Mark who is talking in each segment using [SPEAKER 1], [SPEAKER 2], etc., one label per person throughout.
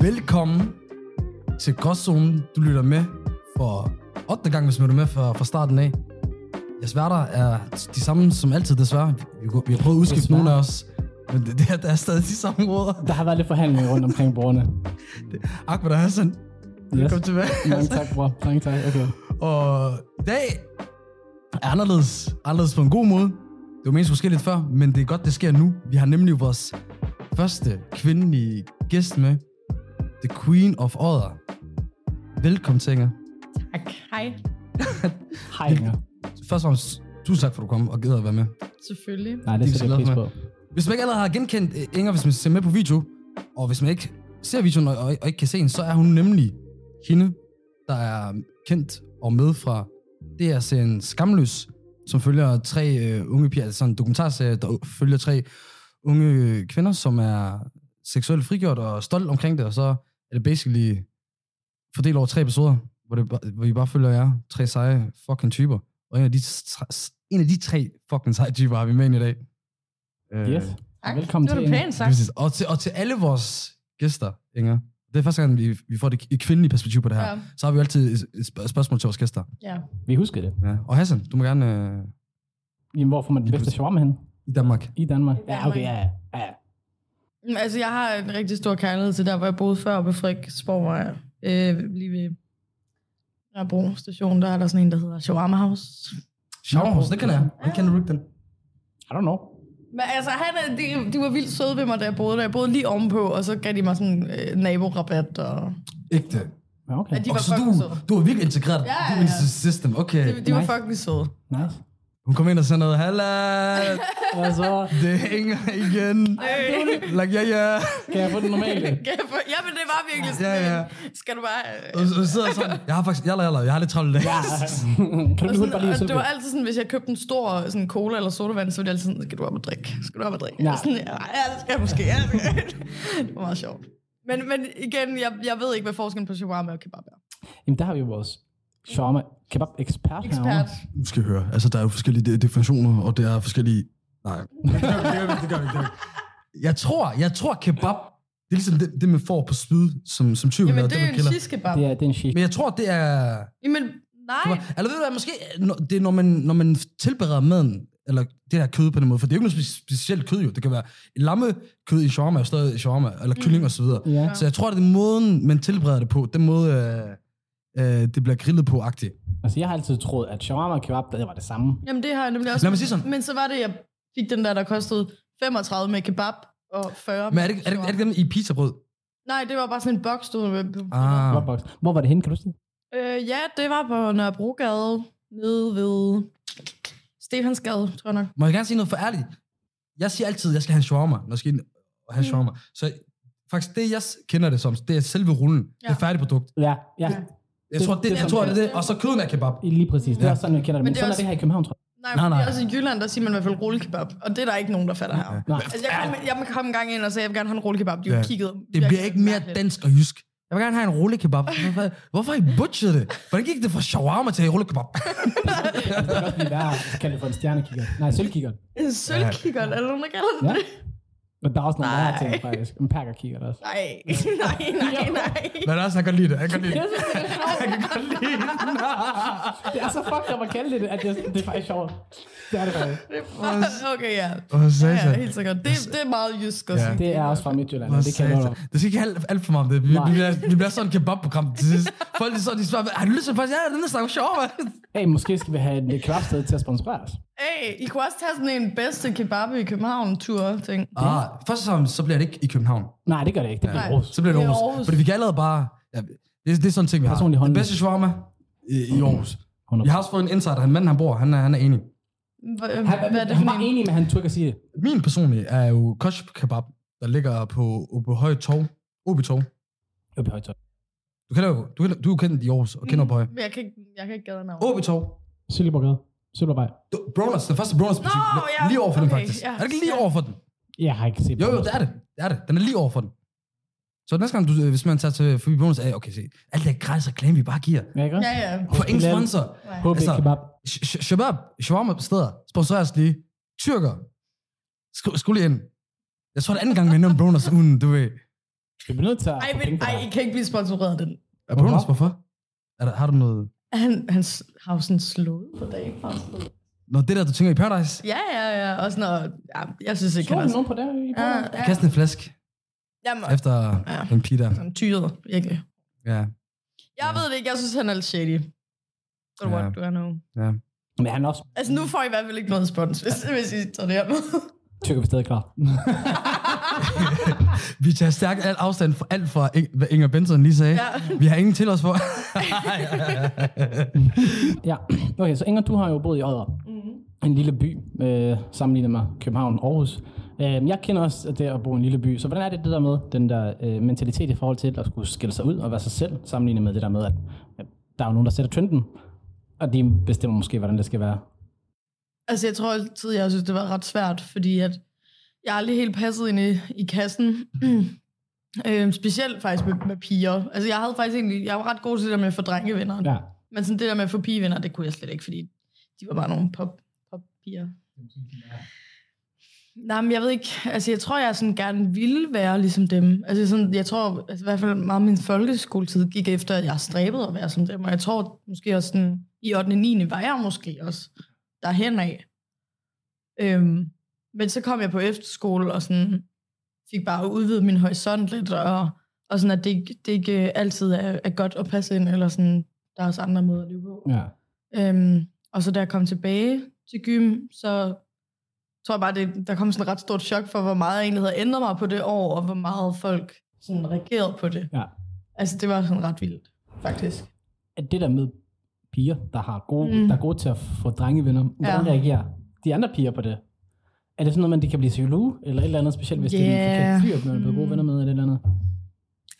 [SPEAKER 1] Velkommen til Gråzonen. Du lytter med for 8. gang, hvis man er med fra, fra starten af. Jeg sværter er de samme som altid, desværre. Vi, vi har prøvet at udskifte
[SPEAKER 2] Desværre.
[SPEAKER 1] nogle af os, men det, det, er, der er stadig de samme råder.
[SPEAKER 2] Der har været lidt forhandlinger rundt omkring bordene.
[SPEAKER 1] Akbar og Hassan, velkommen yes. tilbage.
[SPEAKER 2] Mange tak, bror. Mange tak. Okay.
[SPEAKER 1] Og i dag er anderledes, anderledes på en god måde. Det var meningen, det skulle ske lidt før, men det er godt, det sker nu. Vi har nemlig vores første kvindelige gæst med. The Queen of Odder. Velkommen til Inger.
[SPEAKER 3] Tak. Hej.
[SPEAKER 2] Hej, Inger.
[SPEAKER 1] Først og fremmest, tusind tak for, at du kom og gider at være med.
[SPEAKER 3] Selvfølgelig.
[SPEAKER 2] Nej, det
[SPEAKER 1] Det er
[SPEAKER 2] sætter
[SPEAKER 1] så
[SPEAKER 2] jeg pris
[SPEAKER 1] glad
[SPEAKER 2] på.
[SPEAKER 1] Hvis man ikke allerede har genkendt øh, Inger, hvis man ser med på video, og hvis man ikke ser videoen og, og, og ikke kan se hende, så er hun nemlig hende, der er kendt og med fra DR-serien Skamløs, som følger tre øh, unge piger, altså sådan en dokumentarserie, der følger tre unge øh, kvinder, som er seksuelt frigjort og stolt omkring det, og så er det basically fordelt over tre episoder, hvor, det, bare- hvor vi bare følger jer, tre seje fucking typer. Og en af de, tre- en af de tre fucking seje typer har vi med ind i dag. Øh,
[SPEAKER 2] Yes.
[SPEAKER 3] Tak.
[SPEAKER 2] Velkommen
[SPEAKER 3] det var
[SPEAKER 2] til,
[SPEAKER 3] da
[SPEAKER 2] Inger.
[SPEAKER 3] pænt
[SPEAKER 1] Tak.
[SPEAKER 3] sagt.
[SPEAKER 1] Præcis. Og til, og til alle vores gæster, Inger. Det er første gang, vi, vi får det i kvindelige perspektiv på det her. Ja.
[SPEAKER 3] Ja.
[SPEAKER 1] Så har vi altid et, et sp- spørgsmål til vores gæster.
[SPEAKER 3] ja.
[SPEAKER 2] Vi husker det.
[SPEAKER 1] Ja. Og Hassan, du må gerne øh,
[SPEAKER 2] Jamen, hvor får man den bedste shawarma hen?
[SPEAKER 1] i Danmark.
[SPEAKER 2] I Danmark?
[SPEAKER 3] I
[SPEAKER 2] Ja,
[SPEAKER 3] Danmark.
[SPEAKER 2] okay, ja, ja, ja.
[SPEAKER 3] Mm, Altså, jeg har en rigtig stor kærlighed til der, hvor jeg boede før ved Frederiksborg, øh, lige ved Nørrebro station, der er der sådan en, der hedder Shawarma House.
[SPEAKER 1] Sjovhus, det kan jeg. Hvordan kender du ikke den?
[SPEAKER 2] I don't know.
[SPEAKER 3] Men altså, han, er- de, de var vildt søde ved mig, da jeg boede der. Jeg boede lige ovenpå, og så gav de mig sådan øh, naborabat. Og...
[SPEAKER 1] Ikke det.
[SPEAKER 2] Ja, okay.
[SPEAKER 3] Ja, de
[SPEAKER 1] Og
[SPEAKER 3] var
[SPEAKER 1] så du,
[SPEAKER 3] fucking søde.
[SPEAKER 1] du er virkelig integreret.
[SPEAKER 3] Ja, ja,
[SPEAKER 1] Du er in
[SPEAKER 3] ja.
[SPEAKER 1] the system, okay.
[SPEAKER 3] De, de var
[SPEAKER 2] nice.
[SPEAKER 3] fucking søde.
[SPEAKER 2] Nice. Altså,
[SPEAKER 1] Hun kom ind og sagde noget, Halla,
[SPEAKER 2] Og så
[SPEAKER 1] det hænger igen. Like, ja, ja.
[SPEAKER 2] kan jeg få den normale.
[SPEAKER 3] ja, men det var virkelig sådan.
[SPEAKER 1] Ja, ja.
[SPEAKER 3] en, Skal du bare... øh,
[SPEAKER 1] Og så- og så sidder jeg sådan, jeg har faktisk, jeg, jeg, jeg, jeg har lidt travlt i dag.
[SPEAKER 2] Ja. kan du
[SPEAKER 3] Og
[SPEAKER 2] lige
[SPEAKER 3] sådan,
[SPEAKER 2] bare lige
[SPEAKER 3] og det var
[SPEAKER 2] selv?
[SPEAKER 3] altid sådan, hvis jeg købte en stor sådan, cola eller sodavand, så var det altid sådan, skal du op og drikke? Skal du op og drikke?
[SPEAKER 2] Ja.
[SPEAKER 3] Ja. Sådan, ja, nej, ja, det skal jeg måske. Ja, det, skal jeg." det var meget sjovt. Men, men igen, jeg, jeg ved ikke, hvad forskellen på shawarma og kebab er.
[SPEAKER 2] Jamen, der har vi jo vores shawarma kebab ekspert
[SPEAKER 3] Ekspert.
[SPEAKER 1] Nu skal jeg høre. Altså, der er jo forskellige de- definitioner, og der er forskellige... Nej. Det gør vi, det gør vi, det gør vi, det gør vi. Jeg tror, jeg tror kebab, det er ligesom det, det man får på spyd, som, som tyv,
[SPEAKER 3] Jamen,
[SPEAKER 1] eller
[SPEAKER 3] det er jo
[SPEAKER 1] man
[SPEAKER 3] en
[SPEAKER 1] kender.
[SPEAKER 3] shish kebab.
[SPEAKER 2] Det er, det er en shit.
[SPEAKER 1] Men jeg tror, det er...
[SPEAKER 3] Jamen, nej.
[SPEAKER 1] Eller ved du hvad, måske når- det er, når man, når man tilbereder maden, eller det her kød på den måde, for det er jo ikke noget spe- specielt kød jo. Det kan være lammekød i shawarma, er jo stadig shawarma,
[SPEAKER 3] Mm.
[SPEAKER 1] eller kylling og så videre.
[SPEAKER 2] Ja.
[SPEAKER 1] Så jeg tror, det er måden, man tilbereder det på, den måde, øh, øh, det bliver grillet på, agtigt.
[SPEAKER 2] Altså, jeg har altid troet, at shawarma og kebab, det var det samme.
[SPEAKER 3] Jamen, det har jeg nemlig også.
[SPEAKER 1] Lad mig sige sådan.
[SPEAKER 3] Men så var det, jeg fik den der, der kostede 35 med kebab og 40
[SPEAKER 1] Men
[SPEAKER 3] med
[SPEAKER 1] er det, ikke- er det, er det
[SPEAKER 3] shawarma.
[SPEAKER 1] ikke dem i pizzabrød?
[SPEAKER 3] Nej, det var bare sådan en boks, du ved.
[SPEAKER 1] Ah.
[SPEAKER 2] Kebabbox. Hvor var det henne, kan du sige?
[SPEAKER 3] Øh, ja, det var på Nørrebrogade, nede ved Stefansgade, tror jeg nok.
[SPEAKER 1] Må jeg gerne sige noget for ærligt? Jeg siger altid, at jeg skal have en shawarma, når jeg skal ind og have
[SPEAKER 3] Mm.
[SPEAKER 1] shawarma. Så faktisk det, jeg s- kender det som, det er selve rullen. Ja.
[SPEAKER 3] Ja.
[SPEAKER 1] Det er færdigt produkt.
[SPEAKER 2] Ja, ja.
[SPEAKER 1] Jeg
[SPEAKER 2] Det-
[SPEAKER 1] tror, det,
[SPEAKER 2] det er
[SPEAKER 1] jeg
[SPEAKER 2] som-
[SPEAKER 1] tror, det er det. Og så køden er kebab.
[SPEAKER 2] Lige præcis. Det er
[SPEAKER 1] Ja.
[SPEAKER 2] også sådan, vi kender det. Men,
[SPEAKER 3] Men
[SPEAKER 2] Men
[SPEAKER 3] det er
[SPEAKER 2] sådan er
[SPEAKER 3] også-
[SPEAKER 2] det her i København, tror jeg.
[SPEAKER 3] Nej,
[SPEAKER 1] Nej,
[SPEAKER 3] nej,
[SPEAKER 1] nej.
[SPEAKER 3] nej. også i Jylland, der siger man i hvert fald rullekebab, og det er der ikke nogen, der fatter her.
[SPEAKER 2] Nej.
[SPEAKER 3] Altså, jeg kom, jeg kom engang ind og sagde, at jeg vil gerne have en rullekebab. De
[SPEAKER 1] Ja.
[SPEAKER 3] ja. kiggede
[SPEAKER 1] Det bliver
[SPEAKER 3] virkelig
[SPEAKER 1] ikke mere
[SPEAKER 3] mærkeligt.
[SPEAKER 1] dansk og jysk. Jeg vil gerne have en rullekebab. Hvorfor, hvorfor har I butchet det? Hvordan gik det fra shawarma til rullekebab?
[SPEAKER 2] Det kan også blive værre, at kalde det for en stjernekikker. Nej, sølvkikker.
[SPEAKER 3] En sølvkikkert, er der nogen, der kalder den
[SPEAKER 2] Ja.
[SPEAKER 3] det?
[SPEAKER 2] Men der er også nogle
[SPEAKER 3] Nej.
[SPEAKER 2] værre ting, faktisk. En perkerkikker også.
[SPEAKER 3] Nej, nej, nej, nej.
[SPEAKER 1] Men altså, jeg kan lide det. Jeg kan lide det.
[SPEAKER 2] Jeg synes, det er sjovt.
[SPEAKER 1] Jeg kan godt lide det.
[SPEAKER 2] Det er så fucked up at kalde det, det, at det, det er faktisk sjovt. Det er det faktisk.
[SPEAKER 3] Det er bare- Okay, ja.
[SPEAKER 1] Åh,
[SPEAKER 3] Ja,
[SPEAKER 1] satan.
[SPEAKER 3] ja, helt sikkert. Det, det er meget jysk at
[SPEAKER 1] Ja.
[SPEAKER 3] sige.
[SPEAKER 2] Det er også fra Midtjylland,
[SPEAKER 1] Åh,
[SPEAKER 2] og det kan jeg
[SPEAKER 1] satan.
[SPEAKER 2] godt lide.
[SPEAKER 1] Det skal ikke handle alt for meget om det. Vi, vi,
[SPEAKER 2] Nej.
[SPEAKER 1] bliver, vi bliver sådan et kebabprogram til sidst. Folk de, så, de spørger, har du lyst til faktisk? Ja, den er snakker shawarma.
[SPEAKER 2] Hey, måske skal vi have et kvapsted til at sponsorere os.
[SPEAKER 3] Hey, I kunne også tage sådan en bedste kebab i København-tur-ting.
[SPEAKER 1] Ah, først og fremmest, så bliver det ikke i København.
[SPEAKER 2] Nej, det gør det ikke. Det bliver
[SPEAKER 3] Nej.
[SPEAKER 2] Aarhus.
[SPEAKER 1] Så bliver det
[SPEAKER 3] Det er
[SPEAKER 1] Aarhus. Aarhus.
[SPEAKER 3] Aarhus.
[SPEAKER 1] Fordi vi kan allerede bare... Ja, det, er- det er sådan en ting, vi har.
[SPEAKER 2] Personlig
[SPEAKER 1] Den
[SPEAKER 2] holdning.
[SPEAKER 1] bedste shawarma i, i Aarhus.
[SPEAKER 2] 100%.
[SPEAKER 1] Jeg har også fået en insider. Han manden, han bor, han er, han er enig.
[SPEAKER 3] Hva-
[SPEAKER 2] Han,
[SPEAKER 3] Hvad er det
[SPEAKER 2] han
[SPEAKER 3] for
[SPEAKER 2] var
[SPEAKER 3] en?
[SPEAKER 2] enig med, at han tog ikke at sige det.
[SPEAKER 1] Min personlige er jo Kosh Kebab, der ligger på Obehøj Torv. Obi Torv.
[SPEAKER 2] Det var højt
[SPEAKER 1] Du kender jo du, kender- du er jo kendt i Aarhus og kender Obehøj.
[SPEAKER 3] Men Jeg kan ikke, jeg kan ikke gade navn.
[SPEAKER 1] Obi Torv.
[SPEAKER 2] Silkeborggade. Silkeborgvej.
[SPEAKER 1] Du- Browners, den første Browners butik.
[SPEAKER 3] Nå, ja.
[SPEAKER 1] Lige over for den
[SPEAKER 3] Okay,
[SPEAKER 1] faktisk.
[SPEAKER 3] ja.
[SPEAKER 1] Er det ikke lige
[SPEAKER 3] Ja.
[SPEAKER 1] over for den?
[SPEAKER 2] Jeg har ikke set
[SPEAKER 1] Jo, jo, det er det. Det er det. Den er lige over for den. Så næste gang, du, hvis man tager til forbi bonus, er okay, se, alt det gratis reklame, vi bare giver.
[SPEAKER 2] Ja, ikke også?
[SPEAKER 3] Ja, ja.
[SPEAKER 1] For ingen
[SPEAKER 2] Lad-
[SPEAKER 1] sponsor.
[SPEAKER 3] Nej.
[SPEAKER 2] HB
[SPEAKER 1] Altså-
[SPEAKER 2] Kebab.
[SPEAKER 1] Sh- sh- Shabab, shawarma steder, sponsorer os lige. Tyrker. Skru, skru lige ind. Jeg tror, det er anden gang, vi nævner bonus uden, du ved.
[SPEAKER 2] Vi bliver nødt til at
[SPEAKER 3] Ej,
[SPEAKER 2] få
[SPEAKER 3] men,
[SPEAKER 2] penge for
[SPEAKER 3] ej,
[SPEAKER 2] det
[SPEAKER 3] I
[SPEAKER 2] her.
[SPEAKER 3] kan ikke blive sponsoreret af den.
[SPEAKER 1] Er Bonus, hvorfor? Er der, har du noget...
[SPEAKER 3] Han, han s- har jo sådan slået på dagen.
[SPEAKER 1] Nå, det der, du tænker i Paradise?
[SPEAKER 3] Ja, ja, ja. Og sådan noget. Ja, jeg synes ikke,
[SPEAKER 2] Slog
[SPEAKER 3] han
[SPEAKER 2] du
[SPEAKER 3] er
[SPEAKER 2] nogen på det? I
[SPEAKER 3] Ja,
[SPEAKER 2] Polen?
[SPEAKER 3] ja.
[SPEAKER 1] Kast en flask
[SPEAKER 3] Jamen,
[SPEAKER 1] efter
[SPEAKER 3] Ja.
[SPEAKER 1] en pige der.
[SPEAKER 3] han tyret, virkelig.
[SPEAKER 1] Ja.
[SPEAKER 3] Jeg
[SPEAKER 1] Ja.
[SPEAKER 3] ved det ikke. Jeg synes, han er lidt shady. But
[SPEAKER 1] Ja.
[SPEAKER 3] what do I know?
[SPEAKER 2] Men han er også
[SPEAKER 3] Altså, nu får I i hvert fald ikke noget respons, hvis, hvis I tager det her med.
[SPEAKER 2] tykker på stedet klar.
[SPEAKER 1] Vi tager stærkt al afstand fra alt fra, Ing- hvad Inger Benson lige sagde.
[SPEAKER 3] ja.
[SPEAKER 1] Vi har ingen til os for.
[SPEAKER 2] ja. Okay, så Inger, du har jo boet i Odder.
[SPEAKER 3] Mm-hmm.
[SPEAKER 2] En lille by, øh, sammenlignet med København og Aarhus. Øh, jeg kender også det at bo i en lille by. Så hvordan er det det der med den der øh, mentalitet i forhold til at skulle skille sig ud og være sig selv, sammenlignet med det der med, at, at der er jo nogen, der sætter trenden, og de bestemmer måske, hvordan det skal være.
[SPEAKER 3] Altså, jeg tror altid, jeg synes, det var ret svært, fordi at jeg aldrig helt passet ind i, i kassen. øhm, specielt faktisk med, med piger. Altså, jeg havde faktisk egentlig... Jeg var ret god til det der med at få drengevenner. Ja.
[SPEAKER 2] Ja.
[SPEAKER 3] Men sådan det der med at få pigevenner, det kunne jeg slet ikke, fordi de var bare nogle pop, pop piger. Nej, men jeg ved ikke, altså jeg tror, jeg sådan gerne ville være ligesom dem. Altså sådan, jeg tror, altså i hvert fald meget af min folkeskoletid gik efter, at jeg stræbede at være som dem, og jeg tror måske også sådan, i 8. og 9. var jeg måske også derhen af. Øhm, men så kom jeg på efterskole, og sådan fik bare udvidet min horisont lidt, og, og sådan, at det, ikke- det ikke altid er, er godt at passe ind, eller sådan, der er også andre måder at leve på.
[SPEAKER 2] Ja.
[SPEAKER 3] Øhm, og så da jeg kom tilbage til gym, så tror jeg bare, det, der kom sådan et ret stort chok for, hvor meget jeg egentlig havde ændret mig på det år, og hvor meget folk sådan reagerede på det.
[SPEAKER 2] ja.
[SPEAKER 3] Altså, det var sådan ret vildt, faktisk.
[SPEAKER 2] at det der med piger, der, har gode,
[SPEAKER 3] Mm.
[SPEAKER 2] mm. der er gode til at få drengevenner, hvordan
[SPEAKER 3] Ja.
[SPEAKER 2] reagerer de andre piger på det? Er det sådan noget, man de kan blive psykolog, eller et eller andet specielt, hvis yeah. det er en
[SPEAKER 3] Ja.
[SPEAKER 2] forkert fyr, man er blevet gode
[SPEAKER 3] Mm.
[SPEAKER 2] venner med, eller et eller andet?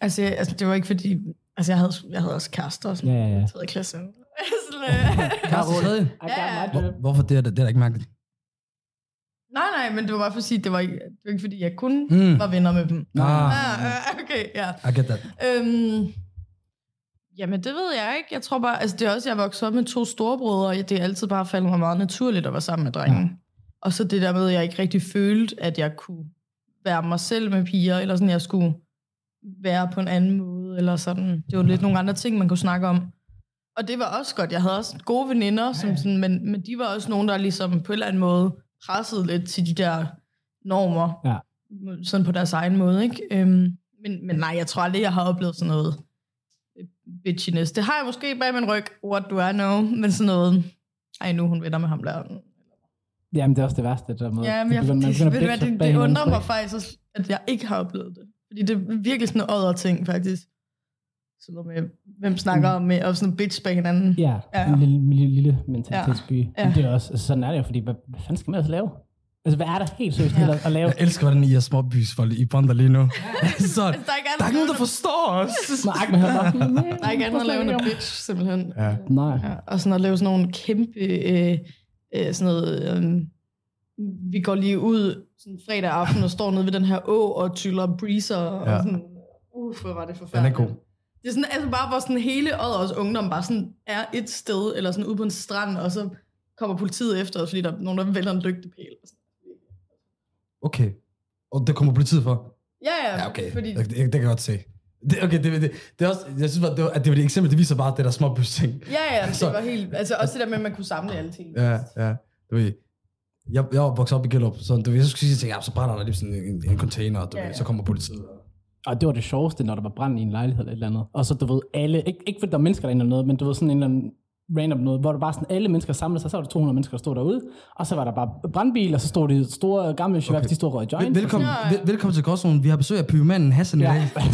[SPEAKER 3] Altså, jeg, altså det var ikke fordi... Altså, jeg havde, jeg havde også kærester og sådan
[SPEAKER 2] Ja, ja, ja.
[SPEAKER 3] i tredje klasse. Sådan, øh.
[SPEAKER 1] Karsten stadig.
[SPEAKER 2] I got my
[SPEAKER 1] Hvor,
[SPEAKER 2] drip.
[SPEAKER 1] hvorfor det er, da- det er da ikke mærkeligt?
[SPEAKER 3] nej, nej, men det var bare for at sige, det var ikke, det var ikke fordi, jeg kun
[SPEAKER 1] Mm.
[SPEAKER 3] var venner med dem.
[SPEAKER 1] Ah,
[SPEAKER 3] Ah, ah, okay, ja.
[SPEAKER 1] I get that.
[SPEAKER 3] Øhm, jamen, det ved jeg ikke. Jeg tror bare, altså det er også, jeg voksede op med to storebrødre, og det er altid bare faldet mig meget naturligt at være sammen med drengen. Ja. Og så det der med, at jeg ikke rigtig følte, at jeg kunne være mig selv med piger, eller sådan, jeg skulle være på en anden måde, eller sådan. Det var lidt nogle andre ting, man kunne snakke om. Og det var også godt. Jeg havde også gode veninder, som sådan, men, men de var også nogen, der ligesom på en eller anden måde pressede lidt til de der normer sådan på deres egen måde, ikke? Øhm, men, men nej, jeg tror aldrig, jeg har oplevet sådan noget øh, bitchiness. Det har jeg måske bag min ryg, what do I know, men sådan noget, ej nu er hun venner med ham der.
[SPEAKER 2] Jamen, det er også det værste, det der med.
[SPEAKER 3] Ja, men
[SPEAKER 2] de
[SPEAKER 3] jeg,
[SPEAKER 2] begynder- man
[SPEAKER 3] det,
[SPEAKER 2] begynder
[SPEAKER 3] ved
[SPEAKER 2] at
[SPEAKER 3] du hvad,
[SPEAKER 2] bitche
[SPEAKER 3] det,
[SPEAKER 2] bag
[SPEAKER 3] det
[SPEAKER 2] hinandens
[SPEAKER 3] undrer
[SPEAKER 2] ryg.
[SPEAKER 3] mig faktisk også, at jeg ikke har oplevet det. Fordi det er virkelig sådan noget odder ting, faktisk. Sådan noget med, hvem snakker om, med, og sådan en bitch bag hinanden.
[SPEAKER 2] Ja,
[SPEAKER 3] Ja.
[SPEAKER 2] en lille, lille, lille mentalitetsby. Ja.
[SPEAKER 3] Ja.
[SPEAKER 2] Ja. Det er også, altså, sådan er det jo, fordi hvad, hvad fanden skal man ellers lave? Altså, hvad er der helt seriøst ja. at lave?
[SPEAKER 1] Jeg elsker, hvordan I er småbysfolk. I bonder lige nu. Så,
[SPEAKER 3] Altså, der er ikke
[SPEAKER 1] der er ikke
[SPEAKER 3] andet,
[SPEAKER 1] nogen, der forstår os.
[SPEAKER 2] Nå, Ahmed havde bare...
[SPEAKER 3] der er ikke andet at lave end at bitch, simpelthen.
[SPEAKER 1] Ja.
[SPEAKER 2] Nej.
[SPEAKER 3] Ja, og sådan at lave sådan nogle kæmpe, øh, øh, sådan noget, øh, vi går lige ud sådan fredag aften og står nede ved den her å og tyller breezer, ja.
[SPEAKER 1] Ja.
[SPEAKER 3] og sådan, uff, hvor var det
[SPEAKER 1] Den er
[SPEAKER 3] forfærdeligt.
[SPEAKER 1] god.
[SPEAKER 3] Det er sådan, altså bare, hvor sådan hele Odders ungdom bare sådan er et sted, eller sådan ude på en strand, og så kommer politiet efter os, fordi der er nogen, der vælger en lygtepæl. og sådan.
[SPEAKER 1] Okay. Og det kommer politiet for.
[SPEAKER 3] Ja, ja,
[SPEAKER 1] Ja, okay.
[SPEAKER 3] fordi
[SPEAKER 1] Det, det, det kan jeg godt se. Det, okay, det, det, det er også, jeg synes bare, det, var, at det var et eksempel, det viser bare det der småbys-ting.
[SPEAKER 3] Ja, ja, det
[SPEAKER 1] Så-
[SPEAKER 3] var helt... Altså også det der med, at man kunne samle alle ting.
[SPEAKER 1] Ja, ja. Du ved, jeg, jeg var vokset op i Gellup, så du ved, jeg skulle sige, at ja, så brænder der lige sådan en, en container, du
[SPEAKER 3] Ja,
[SPEAKER 1] ja,
[SPEAKER 3] ja.
[SPEAKER 1] ved, så kommer politiet.
[SPEAKER 2] Og det var det sjoveste, når der var brand i en lejlighed eller et eller andet. Og så, du ved, alle, ikke, ikke fordi der er mennesker derinde eller noget, men du ved, sådan en eller anden random noget, hvor der bare sådan alle mennesker samlede sig, så var der 200 mennesker, der stod derude, og så var der bare brandbil, og så stod de store gamle shababs, okay. de stod og røg
[SPEAKER 1] Vel,
[SPEAKER 2] joint.
[SPEAKER 1] velkommen,
[SPEAKER 3] Ja, ja.
[SPEAKER 1] vel, velkommen til Gråzonen. Vi har besøg af pyramanden Hassan ja. i
[SPEAKER 2] Ja.
[SPEAKER 1] dag.